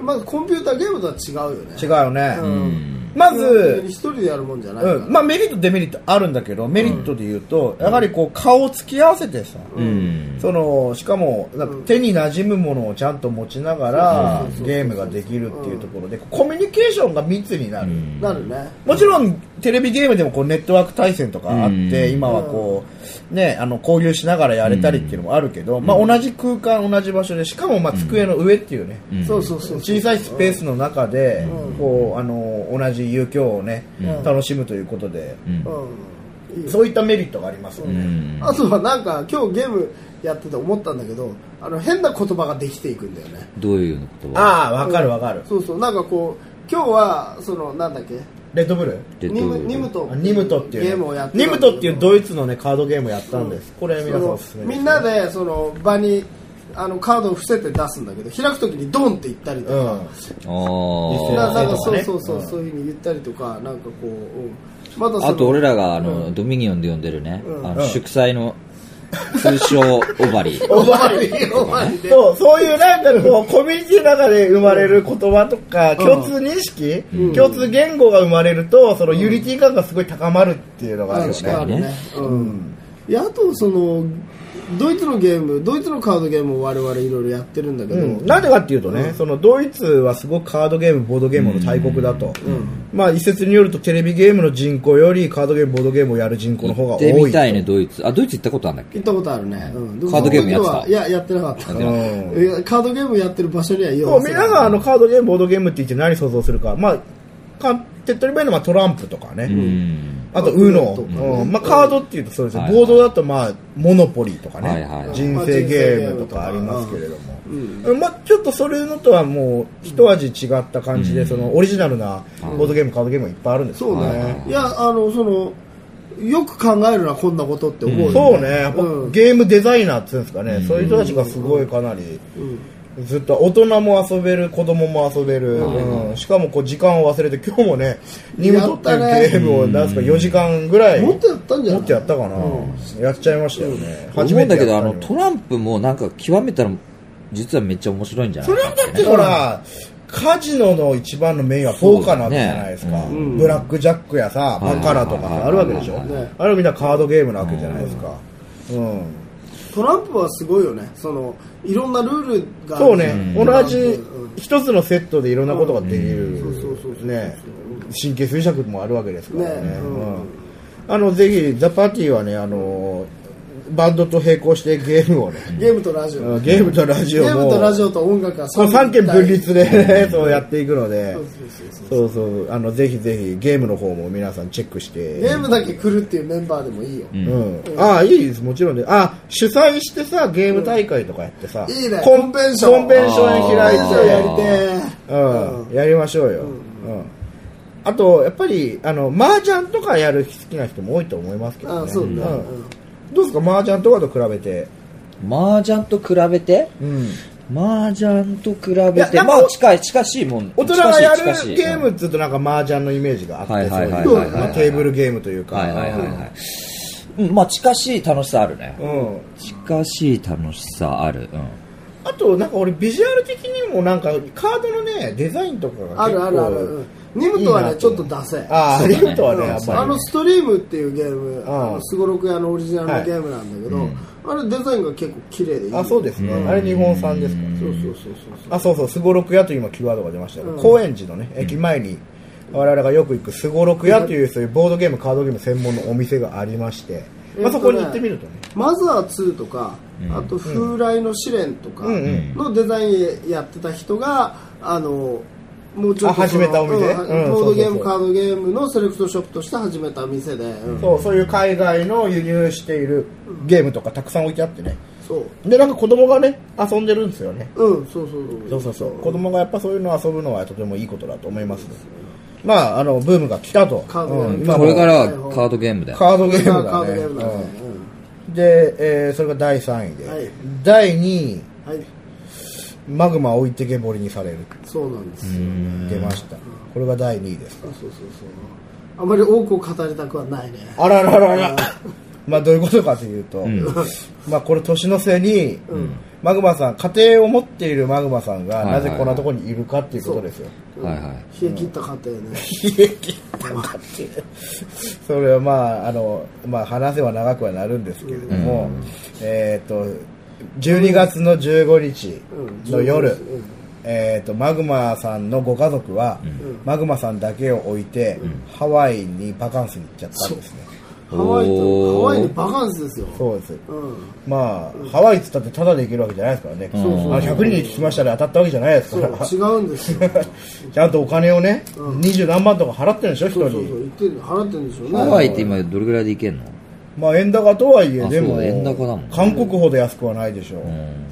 Speaker 1: まずコンピューターゲームとは違うよね
Speaker 2: 違うよね、
Speaker 1: う
Speaker 3: う。うんん。
Speaker 2: ま
Speaker 1: 普通に
Speaker 2: ず、
Speaker 1: 一人でやるもんじゃないから、
Speaker 2: うんまあ、メリットデメリットあるんだけどメリットで言うと、やはりこう顔を突き合わせてさ、
Speaker 3: うん。
Speaker 2: そのしかもなんか
Speaker 1: うん
Speaker 2: 手に馴染むものをちゃんと持ちながら
Speaker 1: そうそうそうそう
Speaker 2: ゲームができるっていうところでコミュニケーションが密になる、
Speaker 1: なるね
Speaker 2: もちろんテレビゲームでもこうネットワーク対戦とかあっ
Speaker 3: うん
Speaker 2: て、今はこう、ね、あの、交流しながらやれたりっていうのもあるけど、まあ同じ空間、同じ場所で、しかもまあ机の上っていうね、
Speaker 1: そうそうそう
Speaker 2: 小さいスペースの中で、こう、あの、同じ遊興をね、楽しむということで、
Speaker 1: うんいいよ
Speaker 2: そういったメリットがありますよね。
Speaker 1: あとはなんか今日ゲームやってて思ったんだけどあの変な言葉ができていくんだよね
Speaker 3: どういうようなことは
Speaker 2: ああ、わかるわかる。
Speaker 1: そうそうなんかこう今日はそのなんだっけ
Speaker 2: レッドブル
Speaker 3: レッ
Speaker 1: ニ
Speaker 3: ドブ
Speaker 1: ム
Speaker 3: ル
Speaker 1: ニムト
Speaker 2: あニムトっていうね、
Speaker 1: ゲームをやって
Speaker 2: ニムトっていう
Speaker 1: う
Speaker 2: ドイツのね、カードゲームをやったんです。これ皆さんおすすめです
Speaker 1: みんなでその場にあのカードを伏せて出すんだけど開くときにドンって言ったりと
Speaker 2: う
Speaker 1: か、な
Speaker 2: ん。
Speaker 3: ああ
Speaker 2: う
Speaker 1: なんかそ
Speaker 2: そう
Speaker 1: う
Speaker 2: ね
Speaker 1: そうそう、
Speaker 2: うん
Speaker 1: そういうふうに言ったりとかなんかこう、うんまだその
Speaker 3: あと俺らがあの、ドミニオンで呼んでるね、あの
Speaker 2: うん
Speaker 3: 祝祭の通称オバリー
Speaker 1: おまわりおまわりで
Speaker 2: そう、そういうなんかこう、コミュニティの中で生まれる言葉とか、共通認識、共通言語が生まれると、そのユニティ感がすごい高まるっていうのがあるよね。
Speaker 1: あるね、うんいやあとそのドイツのゲームドイツのカードゲームを我々いろいろやってるんだけど、
Speaker 2: うん、なんでかっていうとね、そのドイツはすごくカードゲーム、ボードゲームの大国だと、まあ、一説によるとテレビゲームの人口よりカードゲーム、ボードゲームをやる人口の方が
Speaker 3: 行っ
Speaker 2: 多い
Speaker 3: て
Speaker 2: と
Speaker 3: みたいねドイツあドイツ行ったことあるんだっけ
Speaker 1: 行ったことあるね、うん、でも
Speaker 3: カードゲームやってた
Speaker 1: その時はいややってなかった
Speaker 2: うん
Speaker 1: いやカードゲームやってる場所にはよ
Speaker 2: そうみんながあのカードゲーム、ボードゲームって言って何想像するか、まあ、か手っ取り早いのはトランプとかね、
Speaker 3: うん
Speaker 2: あと、ウノ、
Speaker 1: とか
Speaker 2: うんまあ、カードっていうとそうですよ、
Speaker 3: はい
Speaker 2: ボードだと、まあ、モノポリーとかね、
Speaker 3: はいはい
Speaker 2: 人生ゲームとかありますけれども、うんまあ、ちょっとそれのとはもう、一味違った感じで、そのオリジナルなボードゲーム、カードゲームがいっぱいあるんです
Speaker 1: そうね、
Speaker 3: はい
Speaker 1: い、やあのそのよく考えるなこんなことって思うよ、
Speaker 2: そうね、やっぱ
Speaker 1: うん
Speaker 2: ゲームデザイナーっていうんですかね、そういう人たちがすごいかなり、ずっと大人も遊べる、子供も遊べる、うんしかもこう時間を忘れて、今日もね、ニムトっていうゲームを出すか4時間ぐらい、
Speaker 1: もっとやったんじゃない
Speaker 2: もっとやったかな、やっちゃいましたよね、
Speaker 3: 思うんだけどあ
Speaker 2: や
Speaker 3: の
Speaker 2: った
Speaker 3: トランプもなんか極めたら実はめっちゃ面白いんじゃないかってね
Speaker 2: だってほら、カジノの一番のメインはポーカーなわけじゃないですか、
Speaker 3: そうだ
Speaker 2: ブラックジャックやさ、バカラとか
Speaker 3: はいはいはい
Speaker 2: さあるわけでしょ、
Speaker 1: ね
Speaker 2: あれはみんなカードゲームなわけじゃないですか。うん
Speaker 1: トランプはすごいよねそのいろんなルールがある
Speaker 2: そうね、同じ
Speaker 1: うん
Speaker 2: 一つのセットでいろんなことができる
Speaker 1: うんそうそうそうそう
Speaker 2: ね神経衰弱もあるわけですからね
Speaker 1: ねうん
Speaker 2: うんあのぜひザ・パーティーはねあのバンドと並行してゲームをね
Speaker 1: ゲームとラジオ、
Speaker 2: うんゲームとラジ
Speaker 1: ゲ
Speaker 2: オ
Speaker 1: ームとラジ
Speaker 2: も
Speaker 1: オと音楽が
Speaker 2: この3件分立でねそうやっていくので
Speaker 1: そうそうそうそう
Speaker 2: そうそうあのぜひぜひゲームの方も皆さんチェックして
Speaker 1: ゲームだけ来るっていうメンバーでもいいよ、
Speaker 2: うん、ああいいですもちろんであ主催してさゲーム大会とかやってさ、
Speaker 1: いいね
Speaker 2: コ
Speaker 1: コンベンション
Speaker 2: コンベンション開
Speaker 1: ラ
Speaker 2: いて
Speaker 1: ジオやりてえ
Speaker 2: うんやりましょうよ、うんあとやっぱりあの麻雀とかやる好きな人も多いと思いますけど
Speaker 1: あ
Speaker 2: ね
Speaker 1: そうね、
Speaker 2: ん
Speaker 1: うん
Speaker 2: どうですか麻雀とかと比べて、
Speaker 3: 麻雀と比べて麻雀と比
Speaker 2: い
Speaker 3: べ
Speaker 2: や
Speaker 3: て
Speaker 2: なんか
Speaker 3: まあ近い近しいもん
Speaker 2: 大人がやる
Speaker 3: 近しい近しい
Speaker 2: ゲームっていうとなんか麻雀のイメージがあって
Speaker 3: はい
Speaker 2: そう
Speaker 3: はいいはいう
Speaker 1: はいはい
Speaker 2: まあテーブルゲームというか、
Speaker 3: はいはいはいはいうんまあ近しい楽しさあるね
Speaker 2: うん、
Speaker 3: 近しい楽しさあるうん
Speaker 2: あとなんか俺ビジュアル的にもなんかカードのねデザインとかが結構
Speaker 1: あるあるある、うんニムトはい
Speaker 2: い
Speaker 1: ね
Speaker 2: な
Speaker 1: ちょっとダセえ
Speaker 2: ああ、
Speaker 3: そう
Speaker 2: リ
Speaker 3: だね
Speaker 2: フトはね、
Speaker 1: うん
Speaker 2: やっぱりね、
Speaker 1: あのストリームっていうゲーム
Speaker 2: ん
Speaker 1: あのすごろく屋のオリジナルのゲームなんだけど、あれデザインが結構綺麗でいい
Speaker 2: あそうですね、あれ日本産ですか
Speaker 1: そうそうそうそう
Speaker 2: あそうそうすごろく屋という今キーワードが出ましたよ、高円寺のね駅前に我々がよく行くすごろく屋というそういうボードゲームカードゲーム専門のお店がありまして、まあ、そこに行ってみるとね
Speaker 1: マザー2とか、あと風来の試練とか
Speaker 2: ん
Speaker 1: のデザインやってた人があのもうちょっとその
Speaker 2: あ始めたお店
Speaker 1: うん
Speaker 2: うん
Speaker 1: ボードゲー
Speaker 2: そうそうそ
Speaker 1: ム
Speaker 2: う
Speaker 1: カードゲームのセレクトショップとして始めた店で、うん
Speaker 2: そうそういう海外の輸入しているゲームとかたくさん置いてあってね
Speaker 1: そう
Speaker 2: でなんか子供がね遊んでるんですよね
Speaker 1: うんそうそう
Speaker 2: そうそうそう子供がやっぱそういうのを遊ぶのはとてもいいことだと思いますまああのブームが来たと、
Speaker 1: カードゲーム
Speaker 2: うん
Speaker 1: ま
Speaker 2: 今
Speaker 1: あ
Speaker 3: こ
Speaker 2: も
Speaker 3: れからはカードゲームだよ
Speaker 2: カードゲー
Speaker 1: カ
Speaker 2: ムだ
Speaker 1: ード
Speaker 2: ね
Speaker 1: ゲームだね
Speaker 2: うんで、えーそれが第3位で、
Speaker 1: はい
Speaker 2: 第2位
Speaker 1: うんはい
Speaker 2: マグマ置いてけぼりにされる
Speaker 1: そうなんですよ
Speaker 2: 出ましたこれが第2位です
Speaker 1: そうそうそうあまり多くを語りたくはないね
Speaker 2: あららららまあどういうことかというと、まあこれ年の瀬に、マグマさん家庭を持っているマグマさんが
Speaker 3: はいは
Speaker 2: ないぜこんなところにいるかっていうことですよ、
Speaker 3: はいはい
Speaker 1: 冷え切った家庭ね
Speaker 2: それはまああの、まあ、話せば長くはなるんですけれども、えーっと12月の15日の夜、
Speaker 1: うん
Speaker 2: えー、とマグマさんのご家族は、マグマさんだけを置いて、ハワイにバカンスに行っちゃったんですね
Speaker 1: ハワイと
Speaker 3: おー
Speaker 1: ハワイのバカンスですよ
Speaker 2: そうです
Speaker 1: うん
Speaker 2: まあ、ハワイっつったってタダで行けるわけじゃないですからね、あ100人に聞きましたで当たったわけじゃないです [LAUGHS]
Speaker 1: そ
Speaker 2: から
Speaker 1: う違うんですよ
Speaker 2: [LAUGHS] ちゃんとお金をね、二十何万とか払ってるんでしょ、一
Speaker 1: そう
Speaker 2: 人
Speaker 1: そうそう言ってる払ってるんでしょうね
Speaker 3: ハワイって今どれぐらいで行けんの
Speaker 2: まあ、円高とはいえ、
Speaker 3: あ
Speaker 2: でも、
Speaker 3: そう円高だもん
Speaker 2: 韓国ほど安くはないでしょう。
Speaker 1: そうね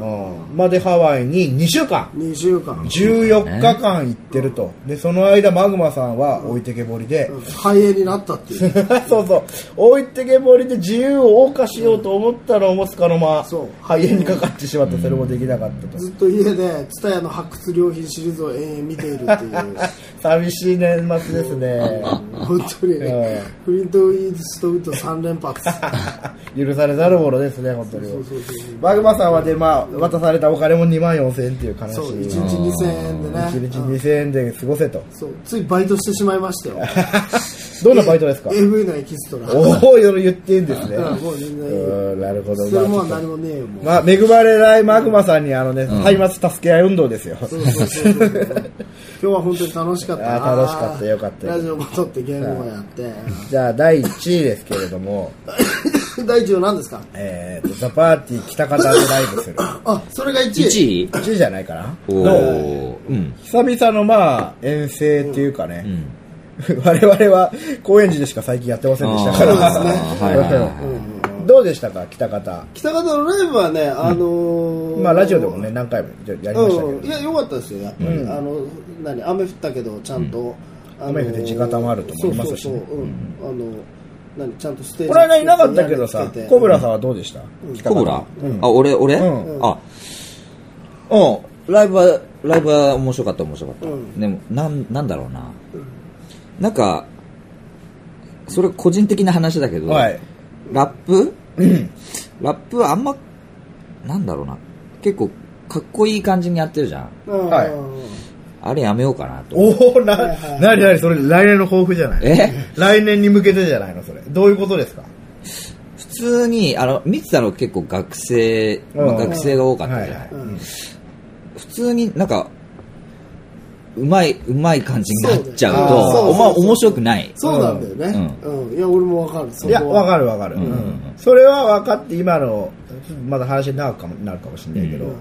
Speaker 2: うんまあ、で、ハワイに2週間、
Speaker 1: 2週間
Speaker 2: 14日間行ってると。で、その間、マグマさんは置いてけぼりで、 [LAUGHS]
Speaker 1: 繁栄になったっていう
Speaker 2: そうそう、置いてけぼりで自由を謳歌しようと思ったら、おもつかの間、
Speaker 1: そう
Speaker 2: 肺炎にかかってしまって、それもできなかったと。
Speaker 1: ずっと家で蔦屋の発掘良品シリーズを延々見ているっていう
Speaker 2: [LAUGHS] 寂しい年末ですね。 [LAUGHS]
Speaker 1: 本当にね、フリント・イーストウッド3連
Speaker 2: [LAUGHS]
Speaker 1: 発
Speaker 2: 許されざるものですね、本当
Speaker 1: そう
Speaker 2: に。
Speaker 1: そうそうそう
Speaker 2: マグマさんはで、まあ、渡されたお金も2万4000円っていう悲しい。
Speaker 1: そう1日2000円でね
Speaker 2: 1日
Speaker 1: うん
Speaker 2: 2000円で過ごせと。 [LAUGHS]
Speaker 1: そうついバイトしてしまいましたよ
Speaker 2: どんなバイトですか
Speaker 1: AV のエキストラ
Speaker 2: おお、いろいろ言ってんですね。
Speaker 1: うんもう全然いいよ
Speaker 2: うんなるほど。
Speaker 1: それも
Speaker 2: まあ
Speaker 1: 何もねえよもう
Speaker 2: まあ、恵まれないマグマさんに、あのね、歳末助け合い運動ですよ。
Speaker 1: そうそうそうそう
Speaker 2: [LAUGHS]
Speaker 1: 今日は本当に楽しかったな
Speaker 2: あー楽しかったよかったよ
Speaker 1: ラジオも撮ってゲームもやって
Speaker 2: じゃあ、第1位ですけれども、
Speaker 1: [LAUGHS] 第1位は何ですか
Speaker 2: えーと、ザ・パーティー北方でライブする。
Speaker 1: あそれが1位
Speaker 3: 1位
Speaker 2: 1位じゃないかな
Speaker 3: お
Speaker 2: どう
Speaker 3: ーうん
Speaker 2: 久々のまあ遠征っていうかね、 [LAUGHS] 我々は高円寺でしか最近やってませんでしたから
Speaker 1: あーそうですね
Speaker 3: はいはいはい
Speaker 2: うんどうでしたか北方
Speaker 1: 北方のライブはねあのー
Speaker 2: まあラジオでもね何回もやりましたけ
Speaker 1: うん、いや良かったですよやっぱり、あの何雨降ったけどちゃんと、あの
Speaker 2: 雨降って地固まると思いますし
Speaker 1: そうそうそう、うん、あの何ちゃんとステー
Speaker 2: ど
Speaker 1: ジ
Speaker 2: この間いなかったけどさ
Speaker 1: つけて
Speaker 2: コブラさんはどうでした
Speaker 3: コブラあ、俺、俺
Speaker 2: う
Speaker 3: あ、うん。ライブは、ライブは面白かった、面白かった。
Speaker 1: うん
Speaker 3: でも、なん、なんだろうな。なんか、それ個人的な話だけど、
Speaker 2: はい
Speaker 3: ラップラップはあんま、なんだろうな。結構、かっこいい感じにやってるじゃん。
Speaker 1: うん
Speaker 2: はい
Speaker 3: あれやめようかなと。
Speaker 2: おおななになにそれ来年の抱負じゃない
Speaker 3: え
Speaker 2: 来年に向けてじゃないのそれどういうことですか
Speaker 3: 普通に、あの、見てたの結構学生、まあ、
Speaker 2: うん
Speaker 3: 学生が多かったじゃ
Speaker 2: は
Speaker 3: ん。
Speaker 2: いは
Speaker 1: うん
Speaker 3: 普通になんか、うまい、うまい感じになっちゃう
Speaker 1: そうだねあー
Speaker 3: と、
Speaker 1: そう
Speaker 3: お前
Speaker 1: そうそう
Speaker 3: 面白くない。
Speaker 1: そうなんだよね、うんいや俺もわかるそ
Speaker 2: い
Speaker 1: こは
Speaker 2: やわかるわかる、うんそれは分かって今のまだ話に長くかもなるかもしれないけど、
Speaker 1: うん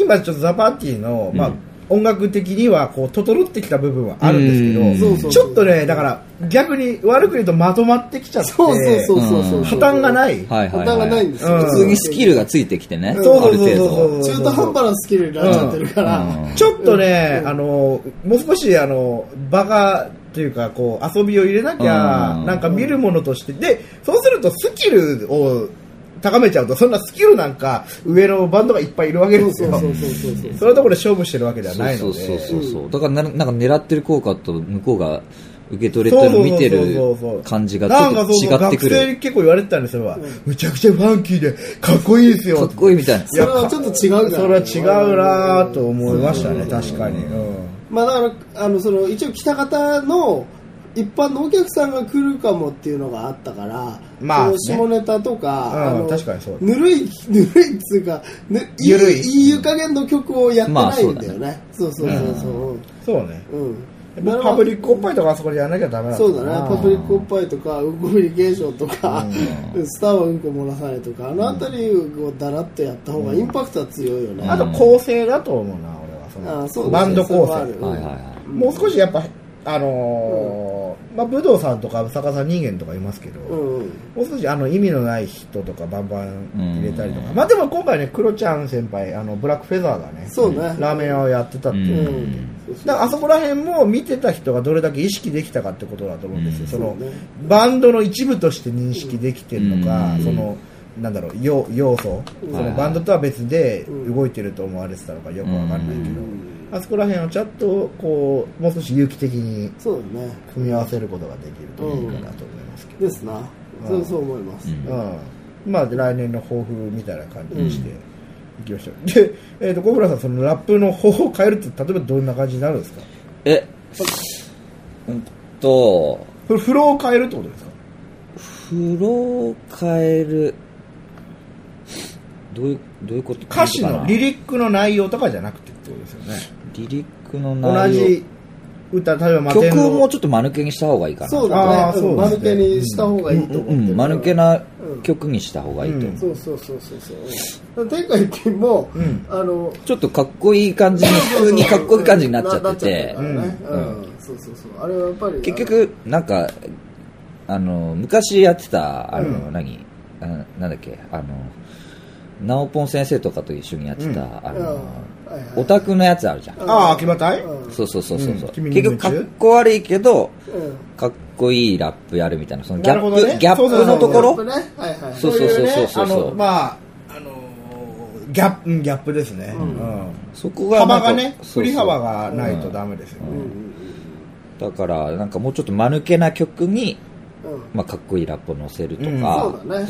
Speaker 2: 今ちょっとザ・パーティーの、まあ音楽的にはこう整ってきた部分はあるんですけど、
Speaker 1: うんそうそう
Speaker 2: ち
Speaker 1: そう
Speaker 2: ょっとねだから逆に悪く言うとまとまってきちゃって
Speaker 1: そうそうそうそうそう、
Speaker 3: うん
Speaker 2: 破綻がない、
Speaker 3: はい
Speaker 1: 破
Speaker 3: はい、
Speaker 1: 綻がないんですよ、
Speaker 2: うん
Speaker 3: 普通にスキルがついてきてね、
Speaker 2: そう
Speaker 3: あ
Speaker 2: そう
Speaker 3: る
Speaker 2: そう
Speaker 3: 程
Speaker 2: そう
Speaker 3: 度。
Speaker 1: 中途半端なスキルになっちゃってるから、
Speaker 3: うん
Speaker 2: ちょっとね、あのもう少しあのバカというかこう遊びを入れなきゃ、
Speaker 3: うん
Speaker 2: なんか見るものとしてでそうするとスキルを高めちゃうとそんなスキルなんか上のバンドがいっぱいいるわけです
Speaker 1: そう
Speaker 2: よ
Speaker 1: そうそうそうそう
Speaker 2: それところで勝負してるわけではない
Speaker 3: そ
Speaker 2: の
Speaker 3: うそう
Speaker 2: で
Speaker 3: そうそう。だからな、なんか狙ってる効果と向こうが受け取れてる、見て
Speaker 2: そう
Speaker 3: る
Speaker 2: そうそうそう
Speaker 3: 感じが
Speaker 2: なん
Speaker 3: ちょ
Speaker 2: か
Speaker 3: っ
Speaker 2: そ
Speaker 3: と
Speaker 2: うそう
Speaker 3: 違ってく
Speaker 2: 学生
Speaker 3: る。
Speaker 2: に結構言われてたんですよ、むちゃくちゃファンキーでかっこいいです
Speaker 3: か
Speaker 2: よ
Speaker 3: っこいいみたいな。
Speaker 1: それはちょっと違うから
Speaker 2: それは違うなぁと思いましたね確かに、うん
Speaker 1: まあだからあのその一応北方の一般のお客さんが来るかもっていうのがあったから、
Speaker 2: まあ
Speaker 1: その
Speaker 2: ね
Speaker 1: 下ネタとか、
Speaker 2: う
Speaker 1: あ
Speaker 2: ん
Speaker 1: の
Speaker 2: 確かにそう
Speaker 1: ぬるい [LAUGHS] ぬるいっつうか、ね、いい
Speaker 2: ゆる
Speaker 1: い
Speaker 2: い
Speaker 1: い湯加減の曲をやって
Speaker 3: まあ
Speaker 1: ない
Speaker 3: そ
Speaker 1: ん
Speaker 3: うだ
Speaker 1: だ
Speaker 3: ね
Speaker 1: よね,、そうそうそうそう
Speaker 2: そうね
Speaker 1: うん、うん、
Speaker 2: やっぱパブリックおっぱいとかあそこでやらなきゃダメなのか
Speaker 1: そ
Speaker 2: な
Speaker 1: うだねパブリックおっぱいとかうんこフリケーションとか、スターはうんこ漏らさないとかあの辺りをだらっとやった方がインパクトは強いよね、
Speaker 2: あと構成だと思うな俺はその
Speaker 1: あそうですね
Speaker 2: バンド構
Speaker 1: それはあ
Speaker 2: 成
Speaker 1: る
Speaker 3: はいはいはい。
Speaker 2: もう少しやっぱあのーまあ武道さんとか坂さん人間とかいますけど、
Speaker 1: うん
Speaker 2: もう少しあの意味のない人とかバンバン入れたりとか、まあでも今回ねクロちゃん先輩あのブラックフェザーがね
Speaker 1: そうね
Speaker 2: ラーメン屋をやってたって
Speaker 1: う
Speaker 2: い
Speaker 1: ん
Speaker 2: う、だからあそこら辺も見てた人がどれだけ意識できたかってことだと思うんですよ、その
Speaker 1: そうね
Speaker 2: バンドの一部として認識できてるのか、
Speaker 3: うん
Speaker 2: そのなんだろう要要素、そのバンドとは別で動いてると思われてたのかよくわかんないけど、あそこら辺をちゃんとこうもう少し有機的に
Speaker 1: そうだね
Speaker 2: 組み合わせることができるといいかなと思いますけど、
Speaker 1: ですな、そうそう思います、
Speaker 2: うんまあ、来年の抱負みたいな感じにして。いきましょうで、えー、と小倉さん、そのラップの方法を変えるって、例えばどんな感じになるんですか
Speaker 3: え、うんと、
Speaker 2: これ、フローを変えるってことですか
Speaker 3: 風呂を変える、どういう、どういうこと
Speaker 2: 歌詞のリリックの内容とかじゃなくてってことですよね。
Speaker 3: 離陸の内容
Speaker 2: 同じ歌、例えば摩天
Speaker 3: 曲をもう
Speaker 2: 楼
Speaker 3: ちょっと間抜けにした方がいいかな
Speaker 1: そう
Speaker 2: あ
Speaker 1: だ
Speaker 2: ー
Speaker 1: ね
Speaker 2: そううんで
Speaker 1: 間
Speaker 2: すね
Speaker 1: 抜けにした方がいいと思
Speaker 3: う
Speaker 1: ってる
Speaker 3: ん間抜けな曲にした方がいいと思う、
Speaker 1: そうそうそうそうそうだから天下一品も、
Speaker 2: ん
Speaker 1: あの
Speaker 3: ちょっとかっこいい感じに普通にかっこいい感じになっちゃってて
Speaker 1: ななっちゃってるからねうんそうそうそうあれはやっぱり
Speaker 3: 結局なんかあの昔やってたあの、何あのなんだっけあのナオポン先生とかと一緒にやってた、あ
Speaker 1: うん
Speaker 3: の、
Speaker 1: はいはい
Speaker 3: オタクのやつあるじゃん、
Speaker 1: うん
Speaker 2: ああ、秋葉大
Speaker 1: うん
Speaker 3: そうそうそうそうそ
Speaker 2: うん
Speaker 3: う、
Speaker 2: 君に
Speaker 3: 結
Speaker 2: 夢中
Speaker 3: 局かっこ悪いけど
Speaker 1: うん
Speaker 3: かっこいいラップやるみたいなそのギャッ
Speaker 2: なるほ
Speaker 3: プ、
Speaker 2: どね
Speaker 3: ギャップ
Speaker 2: そうそうそ
Speaker 3: の
Speaker 2: う
Speaker 3: ところ
Speaker 1: ねはいはい
Speaker 3: そうそうそうそうそう
Speaker 2: いねあの、まあ、あのー、ギャップ、うんギャップですね。うん
Speaker 3: そこが
Speaker 2: 幅
Speaker 3: なんか
Speaker 2: がね、振
Speaker 3: そうそう
Speaker 2: り幅がないとダメですよね。
Speaker 3: だからなんかもうちょっと間抜けな曲に、
Speaker 1: うんうん
Speaker 3: まあ、かっこいいラップを載せると
Speaker 1: そ
Speaker 3: か、
Speaker 1: うだね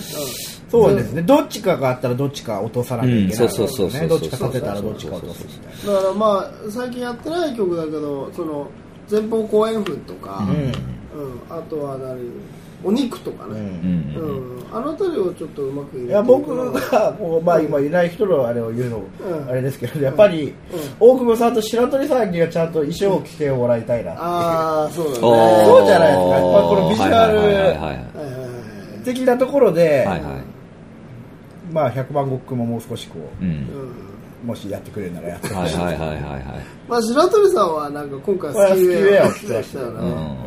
Speaker 2: そうですね。どっちかがあったらどっちか落とさなきゃいけないですね。
Speaker 3: うんそうそうそうそう
Speaker 2: どっちか立てたらどっちか落とすみたいな。
Speaker 1: うんだからまあ最近やってない曲だけどその前方後円墳とかうんあとは何お肉とか
Speaker 2: う
Speaker 1: ね
Speaker 2: ん
Speaker 3: うん
Speaker 1: う
Speaker 3: うん
Speaker 1: んあの辺りをちょっとうまく入れ
Speaker 2: い
Speaker 1: て
Speaker 2: や僕
Speaker 1: うん
Speaker 2: がこう、まあ、今いない人のあれを言うの、
Speaker 1: うん
Speaker 2: あれですけどやっぱり、大久保さんと白鳥さんにはちゃんと衣装を着てもらいたいな、
Speaker 1: [LAUGHS] ああそうだね
Speaker 3: あー
Speaker 2: そうじゃないですかやっぱこのビジュアル
Speaker 3: はいはいはいは
Speaker 1: はい
Speaker 3: い
Speaker 1: はいはい
Speaker 2: 的なところで、
Speaker 3: はいはいはい
Speaker 2: まあ、100番国ももう少しこ
Speaker 3: う
Speaker 1: うんん
Speaker 2: うもしやってくれるならや
Speaker 3: [LAUGHS]
Speaker 2: ってほ
Speaker 3: はい
Speaker 2: しい、
Speaker 3: はいはいはいはい
Speaker 1: まあ白鳥さんはなんか今回スキーウェアを着てましたよ
Speaker 3: う
Speaker 1: ね
Speaker 3: ん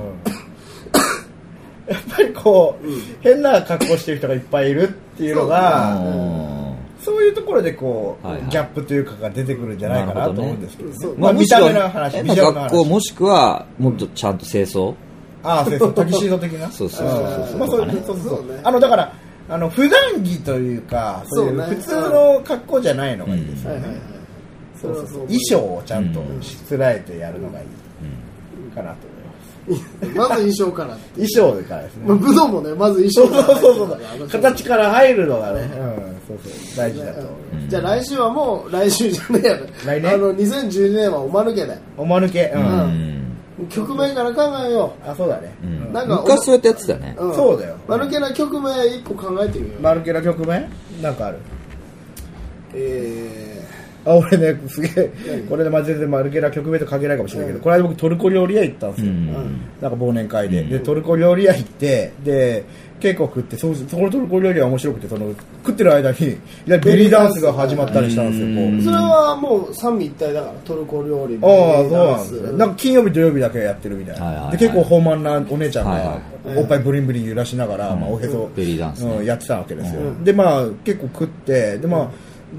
Speaker 2: やっぱりこう、変な格好してる人がいっぱいいるっていうのがそう,、いうところでこう、
Speaker 3: はいはい
Speaker 2: ギャップというかが出てくるんじゃないかなと思うんですけど,、
Speaker 1: なるほどね
Speaker 2: まあ、
Speaker 3: む
Speaker 2: 見
Speaker 3: しろ
Speaker 2: た目の話
Speaker 3: 変
Speaker 2: ビ
Speaker 3: な
Speaker 2: ジュアルの
Speaker 3: 学校
Speaker 2: 話
Speaker 3: もしくはもっとちゃんと清掃
Speaker 2: ああそうそうタキシード的な
Speaker 3: そうそうそうそう
Speaker 2: まあそうそうそう
Speaker 1: そうね
Speaker 2: あのだからあの普段着というかそういう
Speaker 1: そうね
Speaker 2: 普通の格好じゃないのがいいですよ
Speaker 1: はいはいはい
Speaker 2: ね
Speaker 1: そ
Speaker 2: そう
Speaker 1: れは
Speaker 2: そう
Speaker 1: そ
Speaker 2: そうう
Speaker 1: 思
Speaker 2: 衣装をちゃんと
Speaker 3: うん
Speaker 2: しつらえてやるのがいいかなと思います
Speaker 1: [LAUGHS] まず衣装からっていう
Speaker 2: 衣装からですね
Speaker 1: まあ武道もねまず衣
Speaker 2: そう
Speaker 1: 装
Speaker 2: そうそう
Speaker 1: [LAUGHS]
Speaker 2: そう形から入るのがね
Speaker 1: う
Speaker 2: うんそうそう大事だと思います
Speaker 1: じゃあ来週はもう来週じゃねえや
Speaker 2: 来年
Speaker 1: あの2012年はおまぬけだよ
Speaker 2: おまぬけう
Speaker 3: うんん
Speaker 1: 曲名から考えよ
Speaker 2: あそうだね
Speaker 3: うん
Speaker 1: なんか
Speaker 3: 昔そうやってやってたね
Speaker 1: う、ん、
Speaker 2: そうだよ
Speaker 1: まぬけな曲名一個考えてみようよ、
Speaker 2: まぬけの曲名なんかある
Speaker 1: え
Speaker 2: あ俺ねすげえこれでまあ全然まぬけな曲名と関係ないかもしれないけどこの間僕トルコ料理屋行ったんです
Speaker 3: う
Speaker 2: よ
Speaker 3: ん
Speaker 2: なんか忘年会で、でトルコ料理屋行ってで結構食ってそうそこのトルコ料理屋面白くてその食ってる間にいきなりベリーダンスが始まったりしたん
Speaker 1: ー
Speaker 2: です
Speaker 1: そ
Speaker 2: よ
Speaker 1: れはもう三位一体だからトルコ料理
Speaker 2: こうああそうなんです
Speaker 1: ベリーダンス
Speaker 2: よなんか金曜日土曜日だけやってるみたいな、
Speaker 3: はいはいはい
Speaker 2: で結構豊満なお姉ちゃん
Speaker 3: はい
Speaker 2: がおっぱいブリンブリン揺らしながら、まあ、おへそ、
Speaker 3: ベリーダンスね
Speaker 2: うんやってたわけですよ、でまあ結構食ってでまあ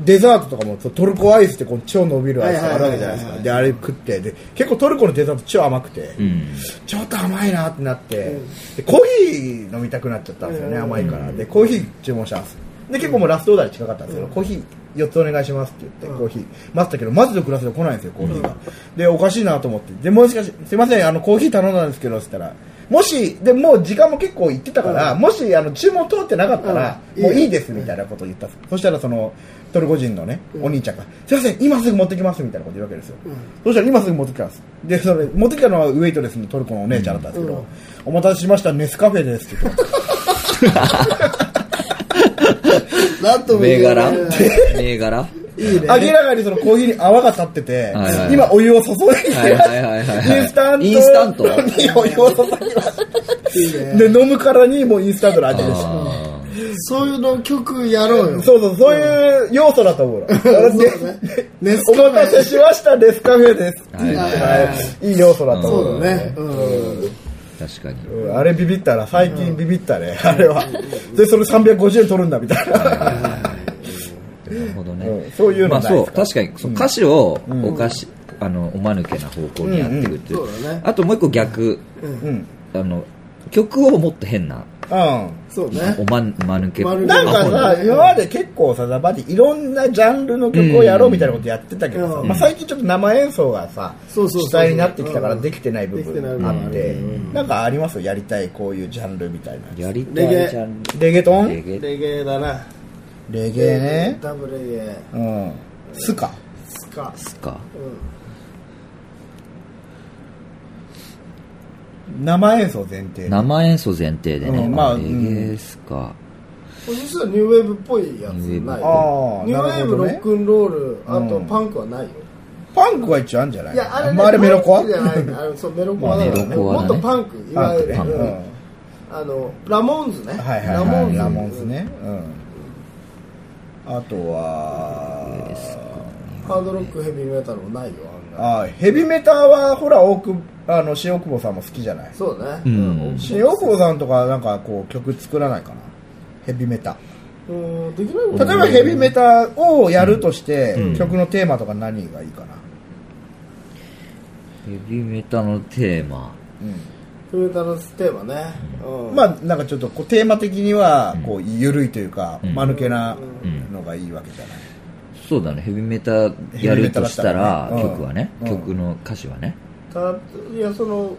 Speaker 2: デザートとかもそうトルコアイスってこう超伸びるアイスがあるわけじゃないです
Speaker 1: はいはいはいは
Speaker 2: か
Speaker 1: い
Speaker 2: であれ食ってで結構トルコのデザート超甘くて、
Speaker 3: うん
Speaker 2: ちょっと甘いなってなって、
Speaker 1: うん
Speaker 2: でコーヒー飲みたくなっちゃったんですよね、
Speaker 1: うん
Speaker 2: 甘いからでコーヒー注文したんですで結構もうラストオーダーに近かったんですけど、コーヒー4つお願いしますって言って、コーヒー待ってたけどマジのクラスで来ないんですよコーヒーが、でおかしいなと思ってでもしかしすいませんあのコーヒー頼んだんですけどっつったらもしでもう時間も結構いってたから、もしあの注文通ってなかったら、
Speaker 1: うん
Speaker 2: もういいですみたいなことを言ったんです、そしたらそのトルコ人のね、お兄ちゃんが「すいません今すぐ持ってきます」みたいなこと言うわけですよ、そしたら今すぐ持ってきたんですでそれ持ってきたのはウェイトレスのトルコのお姉ちゃんだったんですけど「お待たせしましたネスカフェです」って言って
Speaker 1: なんとも言
Speaker 3: 銘
Speaker 1: えな
Speaker 3: 柄
Speaker 1: い
Speaker 3: 銘柄
Speaker 1: いいね
Speaker 2: 明らかにそのコーヒーに泡が立ってて、
Speaker 3: はいはい
Speaker 2: 今お湯を注いで、
Speaker 3: はいはいはいはいはい
Speaker 2: インスタント
Speaker 3: インスタント
Speaker 2: にお湯を注ぎま
Speaker 1: いい
Speaker 2: す
Speaker 1: ね
Speaker 2: で飲むからにもうインスタントの味です
Speaker 3: あ
Speaker 1: そういうの曲やろうよ
Speaker 2: そうそうそういう要素だと思うの
Speaker 1: そうねネス
Speaker 2: お
Speaker 1: カ
Speaker 2: 待
Speaker 1: フェ
Speaker 2: たせしましたネスカフェです、
Speaker 3: ーはいはいはい
Speaker 2: はい、いい要素だと思う
Speaker 1: そうだねうん
Speaker 3: 確かに
Speaker 2: うんあれビビったな最近ビビったね、あれはでそれ350円取るんだみたいな
Speaker 3: なるほどね、
Speaker 2: うんそういうの
Speaker 3: まあ
Speaker 2: ない
Speaker 3: そ
Speaker 2: で
Speaker 3: う
Speaker 2: すか
Speaker 3: 確かにそう歌詞をおかし、あのおまぬけな方向にやっていくっていう,、
Speaker 1: うんうんそうだね
Speaker 3: あともう一個逆、
Speaker 2: うん
Speaker 3: あの曲をもっと変な
Speaker 1: そうね
Speaker 3: おままぬけ
Speaker 1: まぬけ
Speaker 2: なんか
Speaker 3: あほら
Speaker 2: さ今まで結構さザバディいろんなジャンルの曲をやろうみたいなことやってたけどさ、
Speaker 1: うん
Speaker 2: まあ、最近ちょっと生演奏がさ
Speaker 1: そうそうそう
Speaker 2: 主体になってきたからできてない部
Speaker 1: できてない部
Speaker 2: 分
Speaker 1: 分
Speaker 2: あってなんかありますやりたいこういうジャンルみたいな
Speaker 3: やりた
Speaker 1: レゲエ
Speaker 3: いじゃん
Speaker 2: レゲト
Speaker 3: レ
Speaker 2: ン
Speaker 3: ゲエ
Speaker 1: レゲエだな
Speaker 2: レゲエね
Speaker 1: ダブルレゲエ
Speaker 2: うんスカ
Speaker 1: スカ
Speaker 3: ですか
Speaker 1: う
Speaker 2: 生演奏前提
Speaker 3: 生演奏前提でね、
Speaker 2: うんまあ
Speaker 3: レゲエすか、
Speaker 1: ん実はニューウェーブっぽいやつ
Speaker 3: ニューウェーブ
Speaker 1: ない
Speaker 2: あー
Speaker 1: ニューウェーブ、
Speaker 2: な
Speaker 1: ロ
Speaker 2: る
Speaker 1: ッ
Speaker 2: ほ
Speaker 1: クンロールあと
Speaker 2: うん
Speaker 1: パンクはないよ、
Speaker 2: パンクは一応あるんじゃない
Speaker 1: いや、あれ、
Speaker 2: まあ、あれメロコ
Speaker 1: パ
Speaker 2: ア
Speaker 1: ンクじゃないあのそう、メロコアだから
Speaker 3: まあメ
Speaker 1: ね。
Speaker 3: ロコア
Speaker 1: も
Speaker 3: だ
Speaker 1: っ
Speaker 3: ね
Speaker 1: とパンク、い
Speaker 2: パ
Speaker 1: わ
Speaker 2: ン
Speaker 1: ゆ
Speaker 2: ク
Speaker 1: る
Speaker 2: ね。
Speaker 3: パンク
Speaker 2: うん
Speaker 1: うんあの、ラモーンズね。
Speaker 2: はいはいはい。
Speaker 1: ラモーンズ。
Speaker 2: ラモンズね。うん。あとは、
Speaker 1: ハードロック、ヘビーメタルもないよ、あんな。
Speaker 2: あヘビメタはほら、多く、あの、塩久保さんも好きじゃない
Speaker 1: そうだね。
Speaker 3: うん
Speaker 2: 塩久保さんとかなんかこう曲作らないかな。ヘビメタ。
Speaker 1: うん、できないもん
Speaker 2: 例え
Speaker 1: ね
Speaker 2: ばヘビメタをやるとして、曲のテーマとか何がいいかな。
Speaker 3: ヘビメタのテーマ。
Speaker 1: ヘビメタのテーマね。うん。
Speaker 2: まあなんかちょっとこうテーマ的にはこう緩いというか、間抜けなのがいいわけじゃない。
Speaker 3: そうだね、ヘビメタやるとしたら、
Speaker 2: ヘビメタだったらねうん
Speaker 3: 曲はね、
Speaker 2: うん
Speaker 3: 曲の歌詞はね。
Speaker 1: たいやその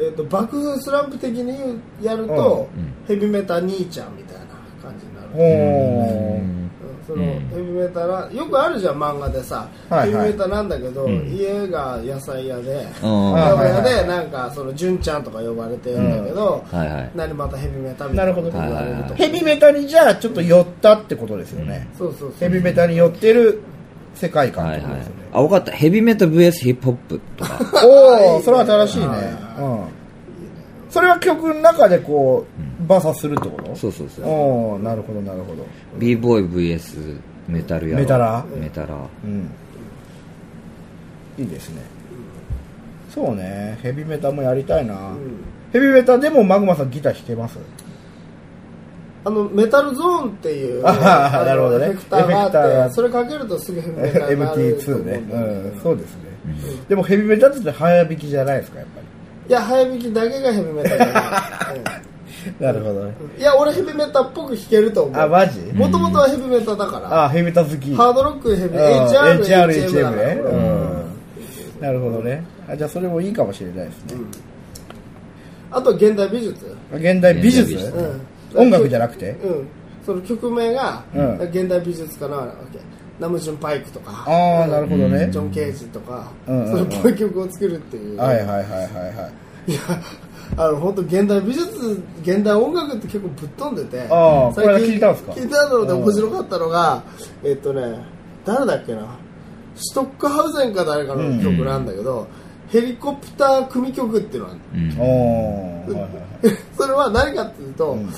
Speaker 1: えっ、と爆風スランプ的にやると、
Speaker 3: うんうん
Speaker 1: ヘビメタ兄ちゃんみたいな感じになる、うん
Speaker 2: おー
Speaker 1: その
Speaker 3: うん
Speaker 1: ヘビメタなよくあるじゃん漫画でさ、
Speaker 2: はいはい
Speaker 1: ヘビメタなんだけど、
Speaker 3: うん
Speaker 1: 家が野菜屋で、
Speaker 3: う
Speaker 2: あ
Speaker 3: ん。
Speaker 1: 名
Speaker 3: は
Speaker 1: 古屋
Speaker 2: はいはい
Speaker 1: でなんかその純ちゃんとか呼ばれてるんだけど、
Speaker 3: いはい。
Speaker 1: 何またヘビメタみた
Speaker 2: ない
Speaker 1: な
Speaker 2: るほ
Speaker 1: こと
Speaker 2: ど
Speaker 1: 言われる
Speaker 3: はいはい
Speaker 1: と
Speaker 3: は
Speaker 2: ヘビメタにじゃあちょっと寄ったってことですよね。
Speaker 1: そうそうそ
Speaker 2: ヘ
Speaker 1: う
Speaker 2: ビメタに寄ってる世界観っ
Speaker 3: は
Speaker 2: て
Speaker 3: い
Speaker 2: こと
Speaker 3: は
Speaker 2: です
Speaker 3: い
Speaker 2: よね。。
Speaker 3: あ、わかった。ヘビメタ VS ヒップホップ
Speaker 2: [LAUGHS]
Speaker 3: とか。
Speaker 2: おおそれは新しいね。うん。それは曲の中でこう、バサするってこと
Speaker 3: そうそうそう。
Speaker 2: おおなるほどなるほど。
Speaker 3: b ボーイ VS メタルやろ
Speaker 2: メタラ
Speaker 3: メタラ。
Speaker 2: うん。いいですね。そうね、ヘビメタもやりたいな。
Speaker 1: ん
Speaker 2: ヘビメタでもマグマさんギター弾けます
Speaker 1: あのメタルゾーンっていう
Speaker 2: あー
Speaker 1: あの
Speaker 2: なるほどね
Speaker 1: エフェクターがあって
Speaker 2: エフェクターが
Speaker 1: それかけるとすぐヘビメタになると思うんだ
Speaker 2: ?MT2
Speaker 1: よね
Speaker 2: ね。うん、そうですね。でもヘビメタって早弾きじゃないですか、やっぱ
Speaker 1: いや、早弾きだけがヘビメタ
Speaker 2: [LAUGHS]
Speaker 1: だね、
Speaker 2: り。なるほどね。
Speaker 1: うんいや、俺ヘビメタっぽく弾けると思う。
Speaker 2: あ、マジ
Speaker 1: もともとはヘビメタだから。
Speaker 2: あ、ヘビメタ好き。
Speaker 1: ハードロックヘビ、
Speaker 2: うん
Speaker 1: HR、
Speaker 2: HR、
Speaker 1: HM だ
Speaker 2: HM
Speaker 1: から
Speaker 2: ね。うん。なるほどね。あ、じゃあそれもいいかもしれないですね。
Speaker 1: あと現代美術。
Speaker 2: 現代美術
Speaker 3: 現代美術
Speaker 1: うん
Speaker 2: 音楽じゃなくて
Speaker 1: うん。その曲名が
Speaker 2: うん、
Speaker 1: 現代美術かなわけ。ナムジュン・パイクとか、
Speaker 2: ああ、なるほどね
Speaker 1: ジ。ョン・ケージとか、そ
Speaker 2: うんうんう
Speaker 1: の
Speaker 2: ん
Speaker 1: こういう曲を作るっていう。
Speaker 2: はいはいはいはいは
Speaker 1: い
Speaker 2: い。
Speaker 1: や、あの、本当現代美術、現代音楽って結構ぶっ飛んでて、
Speaker 2: ああ
Speaker 1: 最
Speaker 2: これ聞いたんすか
Speaker 1: 聞いたので面白かったのが、えっとね、誰だっけな、ストックハウゼンか誰かの曲なんだけど、ヘリコプター組曲っていうのがある
Speaker 3: うん。
Speaker 2: おーはいはいはい。
Speaker 1: [LAUGHS] それは何かっていうと、
Speaker 2: ん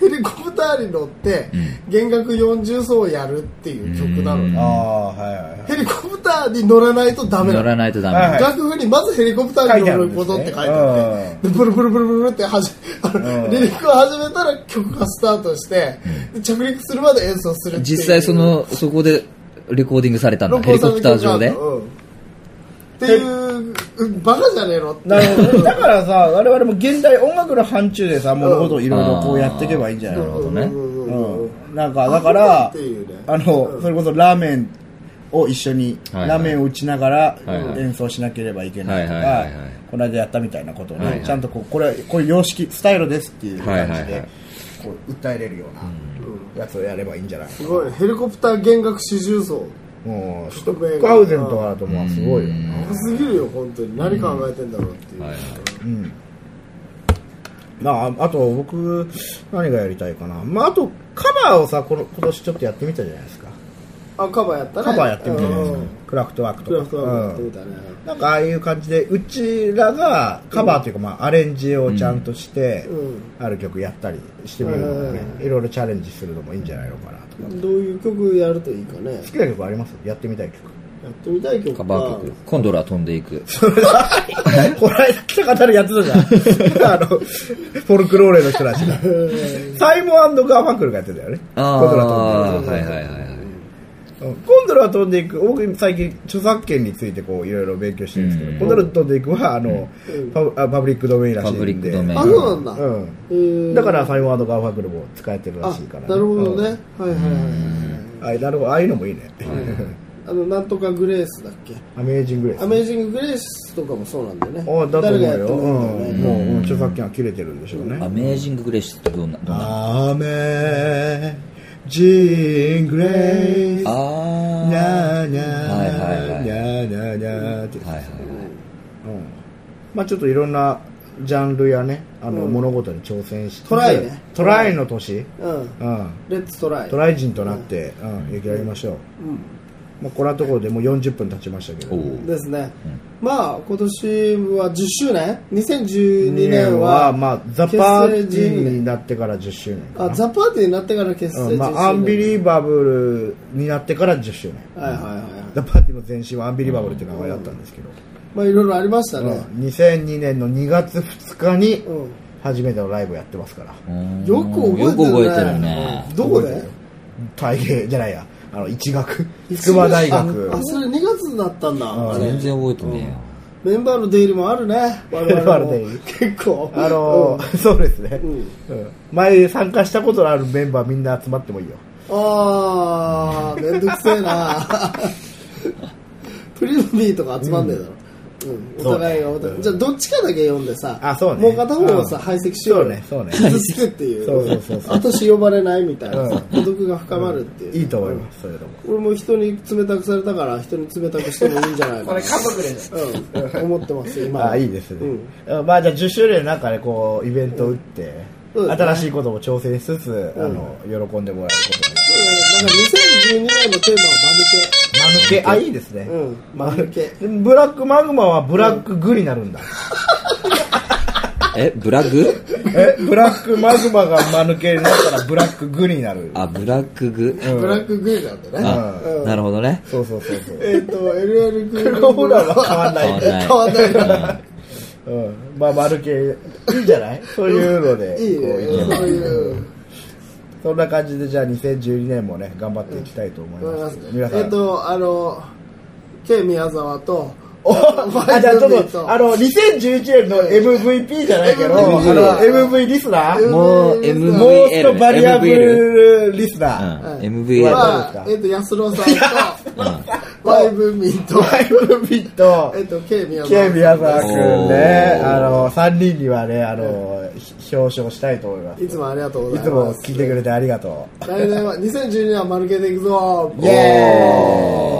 Speaker 1: ヘリコプターに乗って弦楽40層をやるっていう曲なのね、
Speaker 2: ああ、はいはいはい。
Speaker 1: ヘリコプターに乗らないとダメなの
Speaker 3: 乗らないとダ
Speaker 2: はいは
Speaker 3: メ。
Speaker 2: い
Speaker 1: 楽譜にまずヘリコプターに乗ることって書いてあって、でブルブルブルブルってはじ、 [LAUGHS] あ
Speaker 2: う
Speaker 1: の、
Speaker 2: ん
Speaker 1: リリックを始めたら曲がスタートして、で着陸するまで演奏するっていう。
Speaker 3: 実際その、そこでレコーディングされたんだ。
Speaker 1: 録
Speaker 3: ヘ
Speaker 1: 音
Speaker 3: リ
Speaker 1: さ
Speaker 3: コ
Speaker 1: れる
Speaker 3: プ
Speaker 1: 曲
Speaker 3: タ
Speaker 1: があ
Speaker 3: ー
Speaker 1: った、
Speaker 3: 上で。
Speaker 1: うんっていう、うんバカじゃねえのって。
Speaker 2: なるほどね。だからさ、我々も現代音楽の範疇でさ、物事をいろいろこうやっていけばいいんじゃない
Speaker 3: なる
Speaker 2: の
Speaker 3: ほどね
Speaker 1: うんうんうんうん
Speaker 2: うん。なんか、だから
Speaker 1: っていうね、
Speaker 2: あの、それこそラーメンを一緒に、
Speaker 3: はいはい
Speaker 2: ラーメンを打ちながら
Speaker 3: はいはい
Speaker 2: 演奏しなければいけないと
Speaker 3: はい
Speaker 2: か
Speaker 3: はいはいはい、
Speaker 2: この間やったみたいなことを
Speaker 3: はい
Speaker 2: ね
Speaker 3: は、い
Speaker 2: ちゃんとこう、これ、こういう様式、スタイルですっていう感
Speaker 3: は
Speaker 2: じ
Speaker 3: いはいは
Speaker 2: で
Speaker 3: い、
Speaker 2: こう、訴えれるようなやつをやればいいんじゃない
Speaker 1: すごい、ヘリコプター弦楽四重奏。
Speaker 2: もう、ストックハウゼンとかだともうすごいよね。
Speaker 1: すぎるよ、本当に。何考えてんだろうっていう。
Speaker 3: はいはい
Speaker 2: まあ、あと僕、何がやりたいかな。まあ、あと、カバーをさ、この今年ちょっとやってみたじゃないですか。
Speaker 1: あ、カバーやったね。
Speaker 2: カバーやってみたじゃないです
Speaker 1: うん
Speaker 2: か。クラフトワーク
Speaker 1: クラ
Speaker 2: と
Speaker 1: フト
Speaker 2: か。
Speaker 1: ワークやって
Speaker 2: う
Speaker 1: み
Speaker 2: ん
Speaker 1: たね。
Speaker 2: なんかああいう感じで、うちらがカバーというか、まあ、アレンジをちゃんとして、
Speaker 1: うん
Speaker 2: ある曲やったりしてみるのもね、いろいろチャレンジするのもいいんじゃないのかなとか。
Speaker 1: どういう曲やるといいかね。
Speaker 2: 好きな曲ありますやってみたい曲。
Speaker 1: やってみたい曲か
Speaker 3: カバー曲。コンドラ飛んでいく。
Speaker 2: [LAUGHS] こないだ北方でやって [LAUGHS] たじゃん。あの、フォルクローレの人たちが。サイモンガーファンクルがやってたよね。
Speaker 3: あ
Speaker 2: コンドラ飛
Speaker 3: あ
Speaker 2: ん
Speaker 3: ー、
Speaker 2: で
Speaker 3: はいい
Speaker 2: く
Speaker 3: はいはいはい。
Speaker 2: うんコンドラ飛んでいく、僕最近著作権についてこういろいろ勉強してるんですけ
Speaker 3: うん
Speaker 2: ど、コンドラ飛んでいくはあの、パブあパブリックドメインらしいんで。
Speaker 3: パブリックドメイン
Speaker 1: あ、そうなんだ。
Speaker 2: うん
Speaker 1: えー
Speaker 2: だからサイモンガーファンクルも使えてるら
Speaker 1: あ
Speaker 2: しいから、
Speaker 1: なるほどね、
Speaker 2: うん。
Speaker 1: はいはいはい
Speaker 2: あなるほど、ああいうのもいいね。
Speaker 1: あのなんとかグレースだっけ
Speaker 2: アメージングレース。
Speaker 1: アメージンググレースとかもそうなんだよね
Speaker 2: あだと思
Speaker 1: 誰
Speaker 2: う
Speaker 1: がやって
Speaker 2: よ。うん
Speaker 1: もいいんだよね、
Speaker 2: もううん著作権は切れてるんでしょうね。
Speaker 3: アメージンググレーシスってどんな、どんな。
Speaker 2: アメジングレイス
Speaker 3: あ
Speaker 2: な
Speaker 3: あ。
Speaker 2: ーなー
Speaker 3: はいはいはい
Speaker 2: なーなーなーって、
Speaker 3: はいはいはい。
Speaker 2: うんまあちょっといろんなジャンルやねあの、物事に挑戦して
Speaker 1: トライね
Speaker 2: トライの年、
Speaker 1: うん
Speaker 2: うん
Speaker 1: レッツトライ
Speaker 2: トライ人となって、うんやりましょう、
Speaker 1: うん
Speaker 2: もうこんなところでもう40分経ちましたけど、
Speaker 3: おう
Speaker 1: ですね、まあ今年は10周年2012年
Speaker 2: は
Speaker 1: は
Speaker 2: まあ、ザ・パーティーになってから10周年か
Speaker 1: あ
Speaker 2: な
Speaker 1: ザ・パーティーになってから結成10
Speaker 2: う
Speaker 1: 周年
Speaker 2: んまあ、アンビリーバブルになってから10周年、
Speaker 1: はいはいはいはい
Speaker 2: ザ・パーティーの前身はアンビリーバブルっていう名前だったんですけど、
Speaker 1: まあいろいろありました
Speaker 2: うん
Speaker 1: ね、
Speaker 2: 2002年の2月2日に
Speaker 1: うん
Speaker 2: 初めてのライブやってますから、
Speaker 3: うん
Speaker 1: よく覚えてるね
Speaker 3: よく覚えてるね。
Speaker 1: どこで
Speaker 2: 覚えてるよ大芸じゃないやあの一学
Speaker 1: いつ
Speaker 2: 筑波大学
Speaker 1: ああそれ2月だったんだあれ
Speaker 3: 全然覚えてねえよ。
Speaker 1: メンバーの出入りもあるね我々も [LAUGHS]
Speaker 2: メンバーの出入り
Speaker 1: 結構
Speaker 2: あのーそうですね、
Speaker 1: うん
Speaker 2: うん前参加したことのあるメンバーみんな集まってもいいよ
Speaker 1: あー、めんどくせえな [LAUGHS] プリズビーとか集まんねえだろ。うん、お互いがお互い。じゃあ、どっちかだけ読んでさ、
Speaker 2: あそうね
Speaker 1: もう片方をさ、
Speaker 2: うん
Speaker 1: 排斥しようよ。
Speaker 2: そうねそうね
Speaker 1: [LAUGHS] 傷つくっていう。
Speaker 2: そうそうそうそう
Speaker 1: 私呼ばれないみたいな
Speaker 2: うん
Speaker 1: さ、孤独が深まるっていう。
Speaker 2: いいと思いますそれとも
Speaker 1: 俺も人に冷たくされたから、人に冷たくしてもいいんじゃないかな。
Speaker 2: 族で
Speaker 1: うん、思ってます、今は。
Speaker 2: あいいですね、
Speaker 1: うん
Speaker 2: うんまあじゃあ10周年なんかでこうイベント打って、
Speaker 1: うんそうですね
Speaker 2: 新しいことも挑戦しつつ、あの喜んでもらえること
Speaker 1: う
Speaker 2: で
Speaker 1: んなんか2012年のテーマは
Speaker 2: マヌケあいいですね、
Speaker 1: うんマヌケ
Speaker 2: ブラックマグマはブラックグになるんだ、
Speaker 3: え、ブラグ
Speaker 2: えブラックマグマがマヌケになったらブラックグになる
Speaker 3: あ、ブラックグ。
Speaker 1: 丸系、ブラックグーなんだね。
Speaker 3: あ
Speaker 1: うん、
Speaker 3: なるほどね。
Speaker 2: そうそうそうそう
Speaker 1: えっ、
Speaker 2: [LAUGHS]
Speaker 1: と、LL グ
Speaker 2: ここらは変わんな
Speaker 3: 変
Speaker 2: い
Speaker 3: わんない。
Speaker 1: 変わんないな
Speaker 2: うんまあ丸系いいんじゃない [LAUGHS] そういうので
Speaker 1: いいね
Speaker 2: こういけば
Speaker 1: そういう
Speaker 2: そんな感じでじゃあ2012年もね頑張っていきたいと思い
Speaker 1: 思い
Speaker 2: ま
Speaker 1: ますす
Speaker 2: けど皆さん、
Speaker 1: え
Speaker 2: [LAUGHS]
Speaker 1: っとあの K 宮沢と
Speaker 2: おあじゃあちょっとあの2011年の MVP じゃないけど
Speaker 1: MVP
Speaker 2: あの MV リスナー
Speaker 3: もう、
Speaker 1: MVL
Speaker 2: モース
Speaker 3: MVL。
Speaker 2: トバリアブ
Speaker 3: MVL。
Speaker 2: ルリスナ
Speaker 3: う
Speaker 2: ー、
Speaker 3: ん
Speaker 1: はい、
Speaker 3: MVL。
Speaker 1: はえっ、と安郎さん
Speaker 2: [LAUGHS]
Speaker 1: とワイブミンと
Speaker 2: ワイブビット
Speaker 1: えっ、と K 宮沢
Speaker 2: ケイ宮沢君ね
Speaker 3: おー
Speaker 2: あの3人にはねあのひ表彰したいと思います
Speaker 1: いつもありがとうご
Speaker 2: い
Speaker 1: ざ
Speaker 2: つ
Speaker 1: い
Speaker 2: も
Speaker 1: ます
Speaker 2: 聞いてくれてありがとう
Speaker 1: 来年は2012年は丸けていくぞ
Speaker 2: イエーイ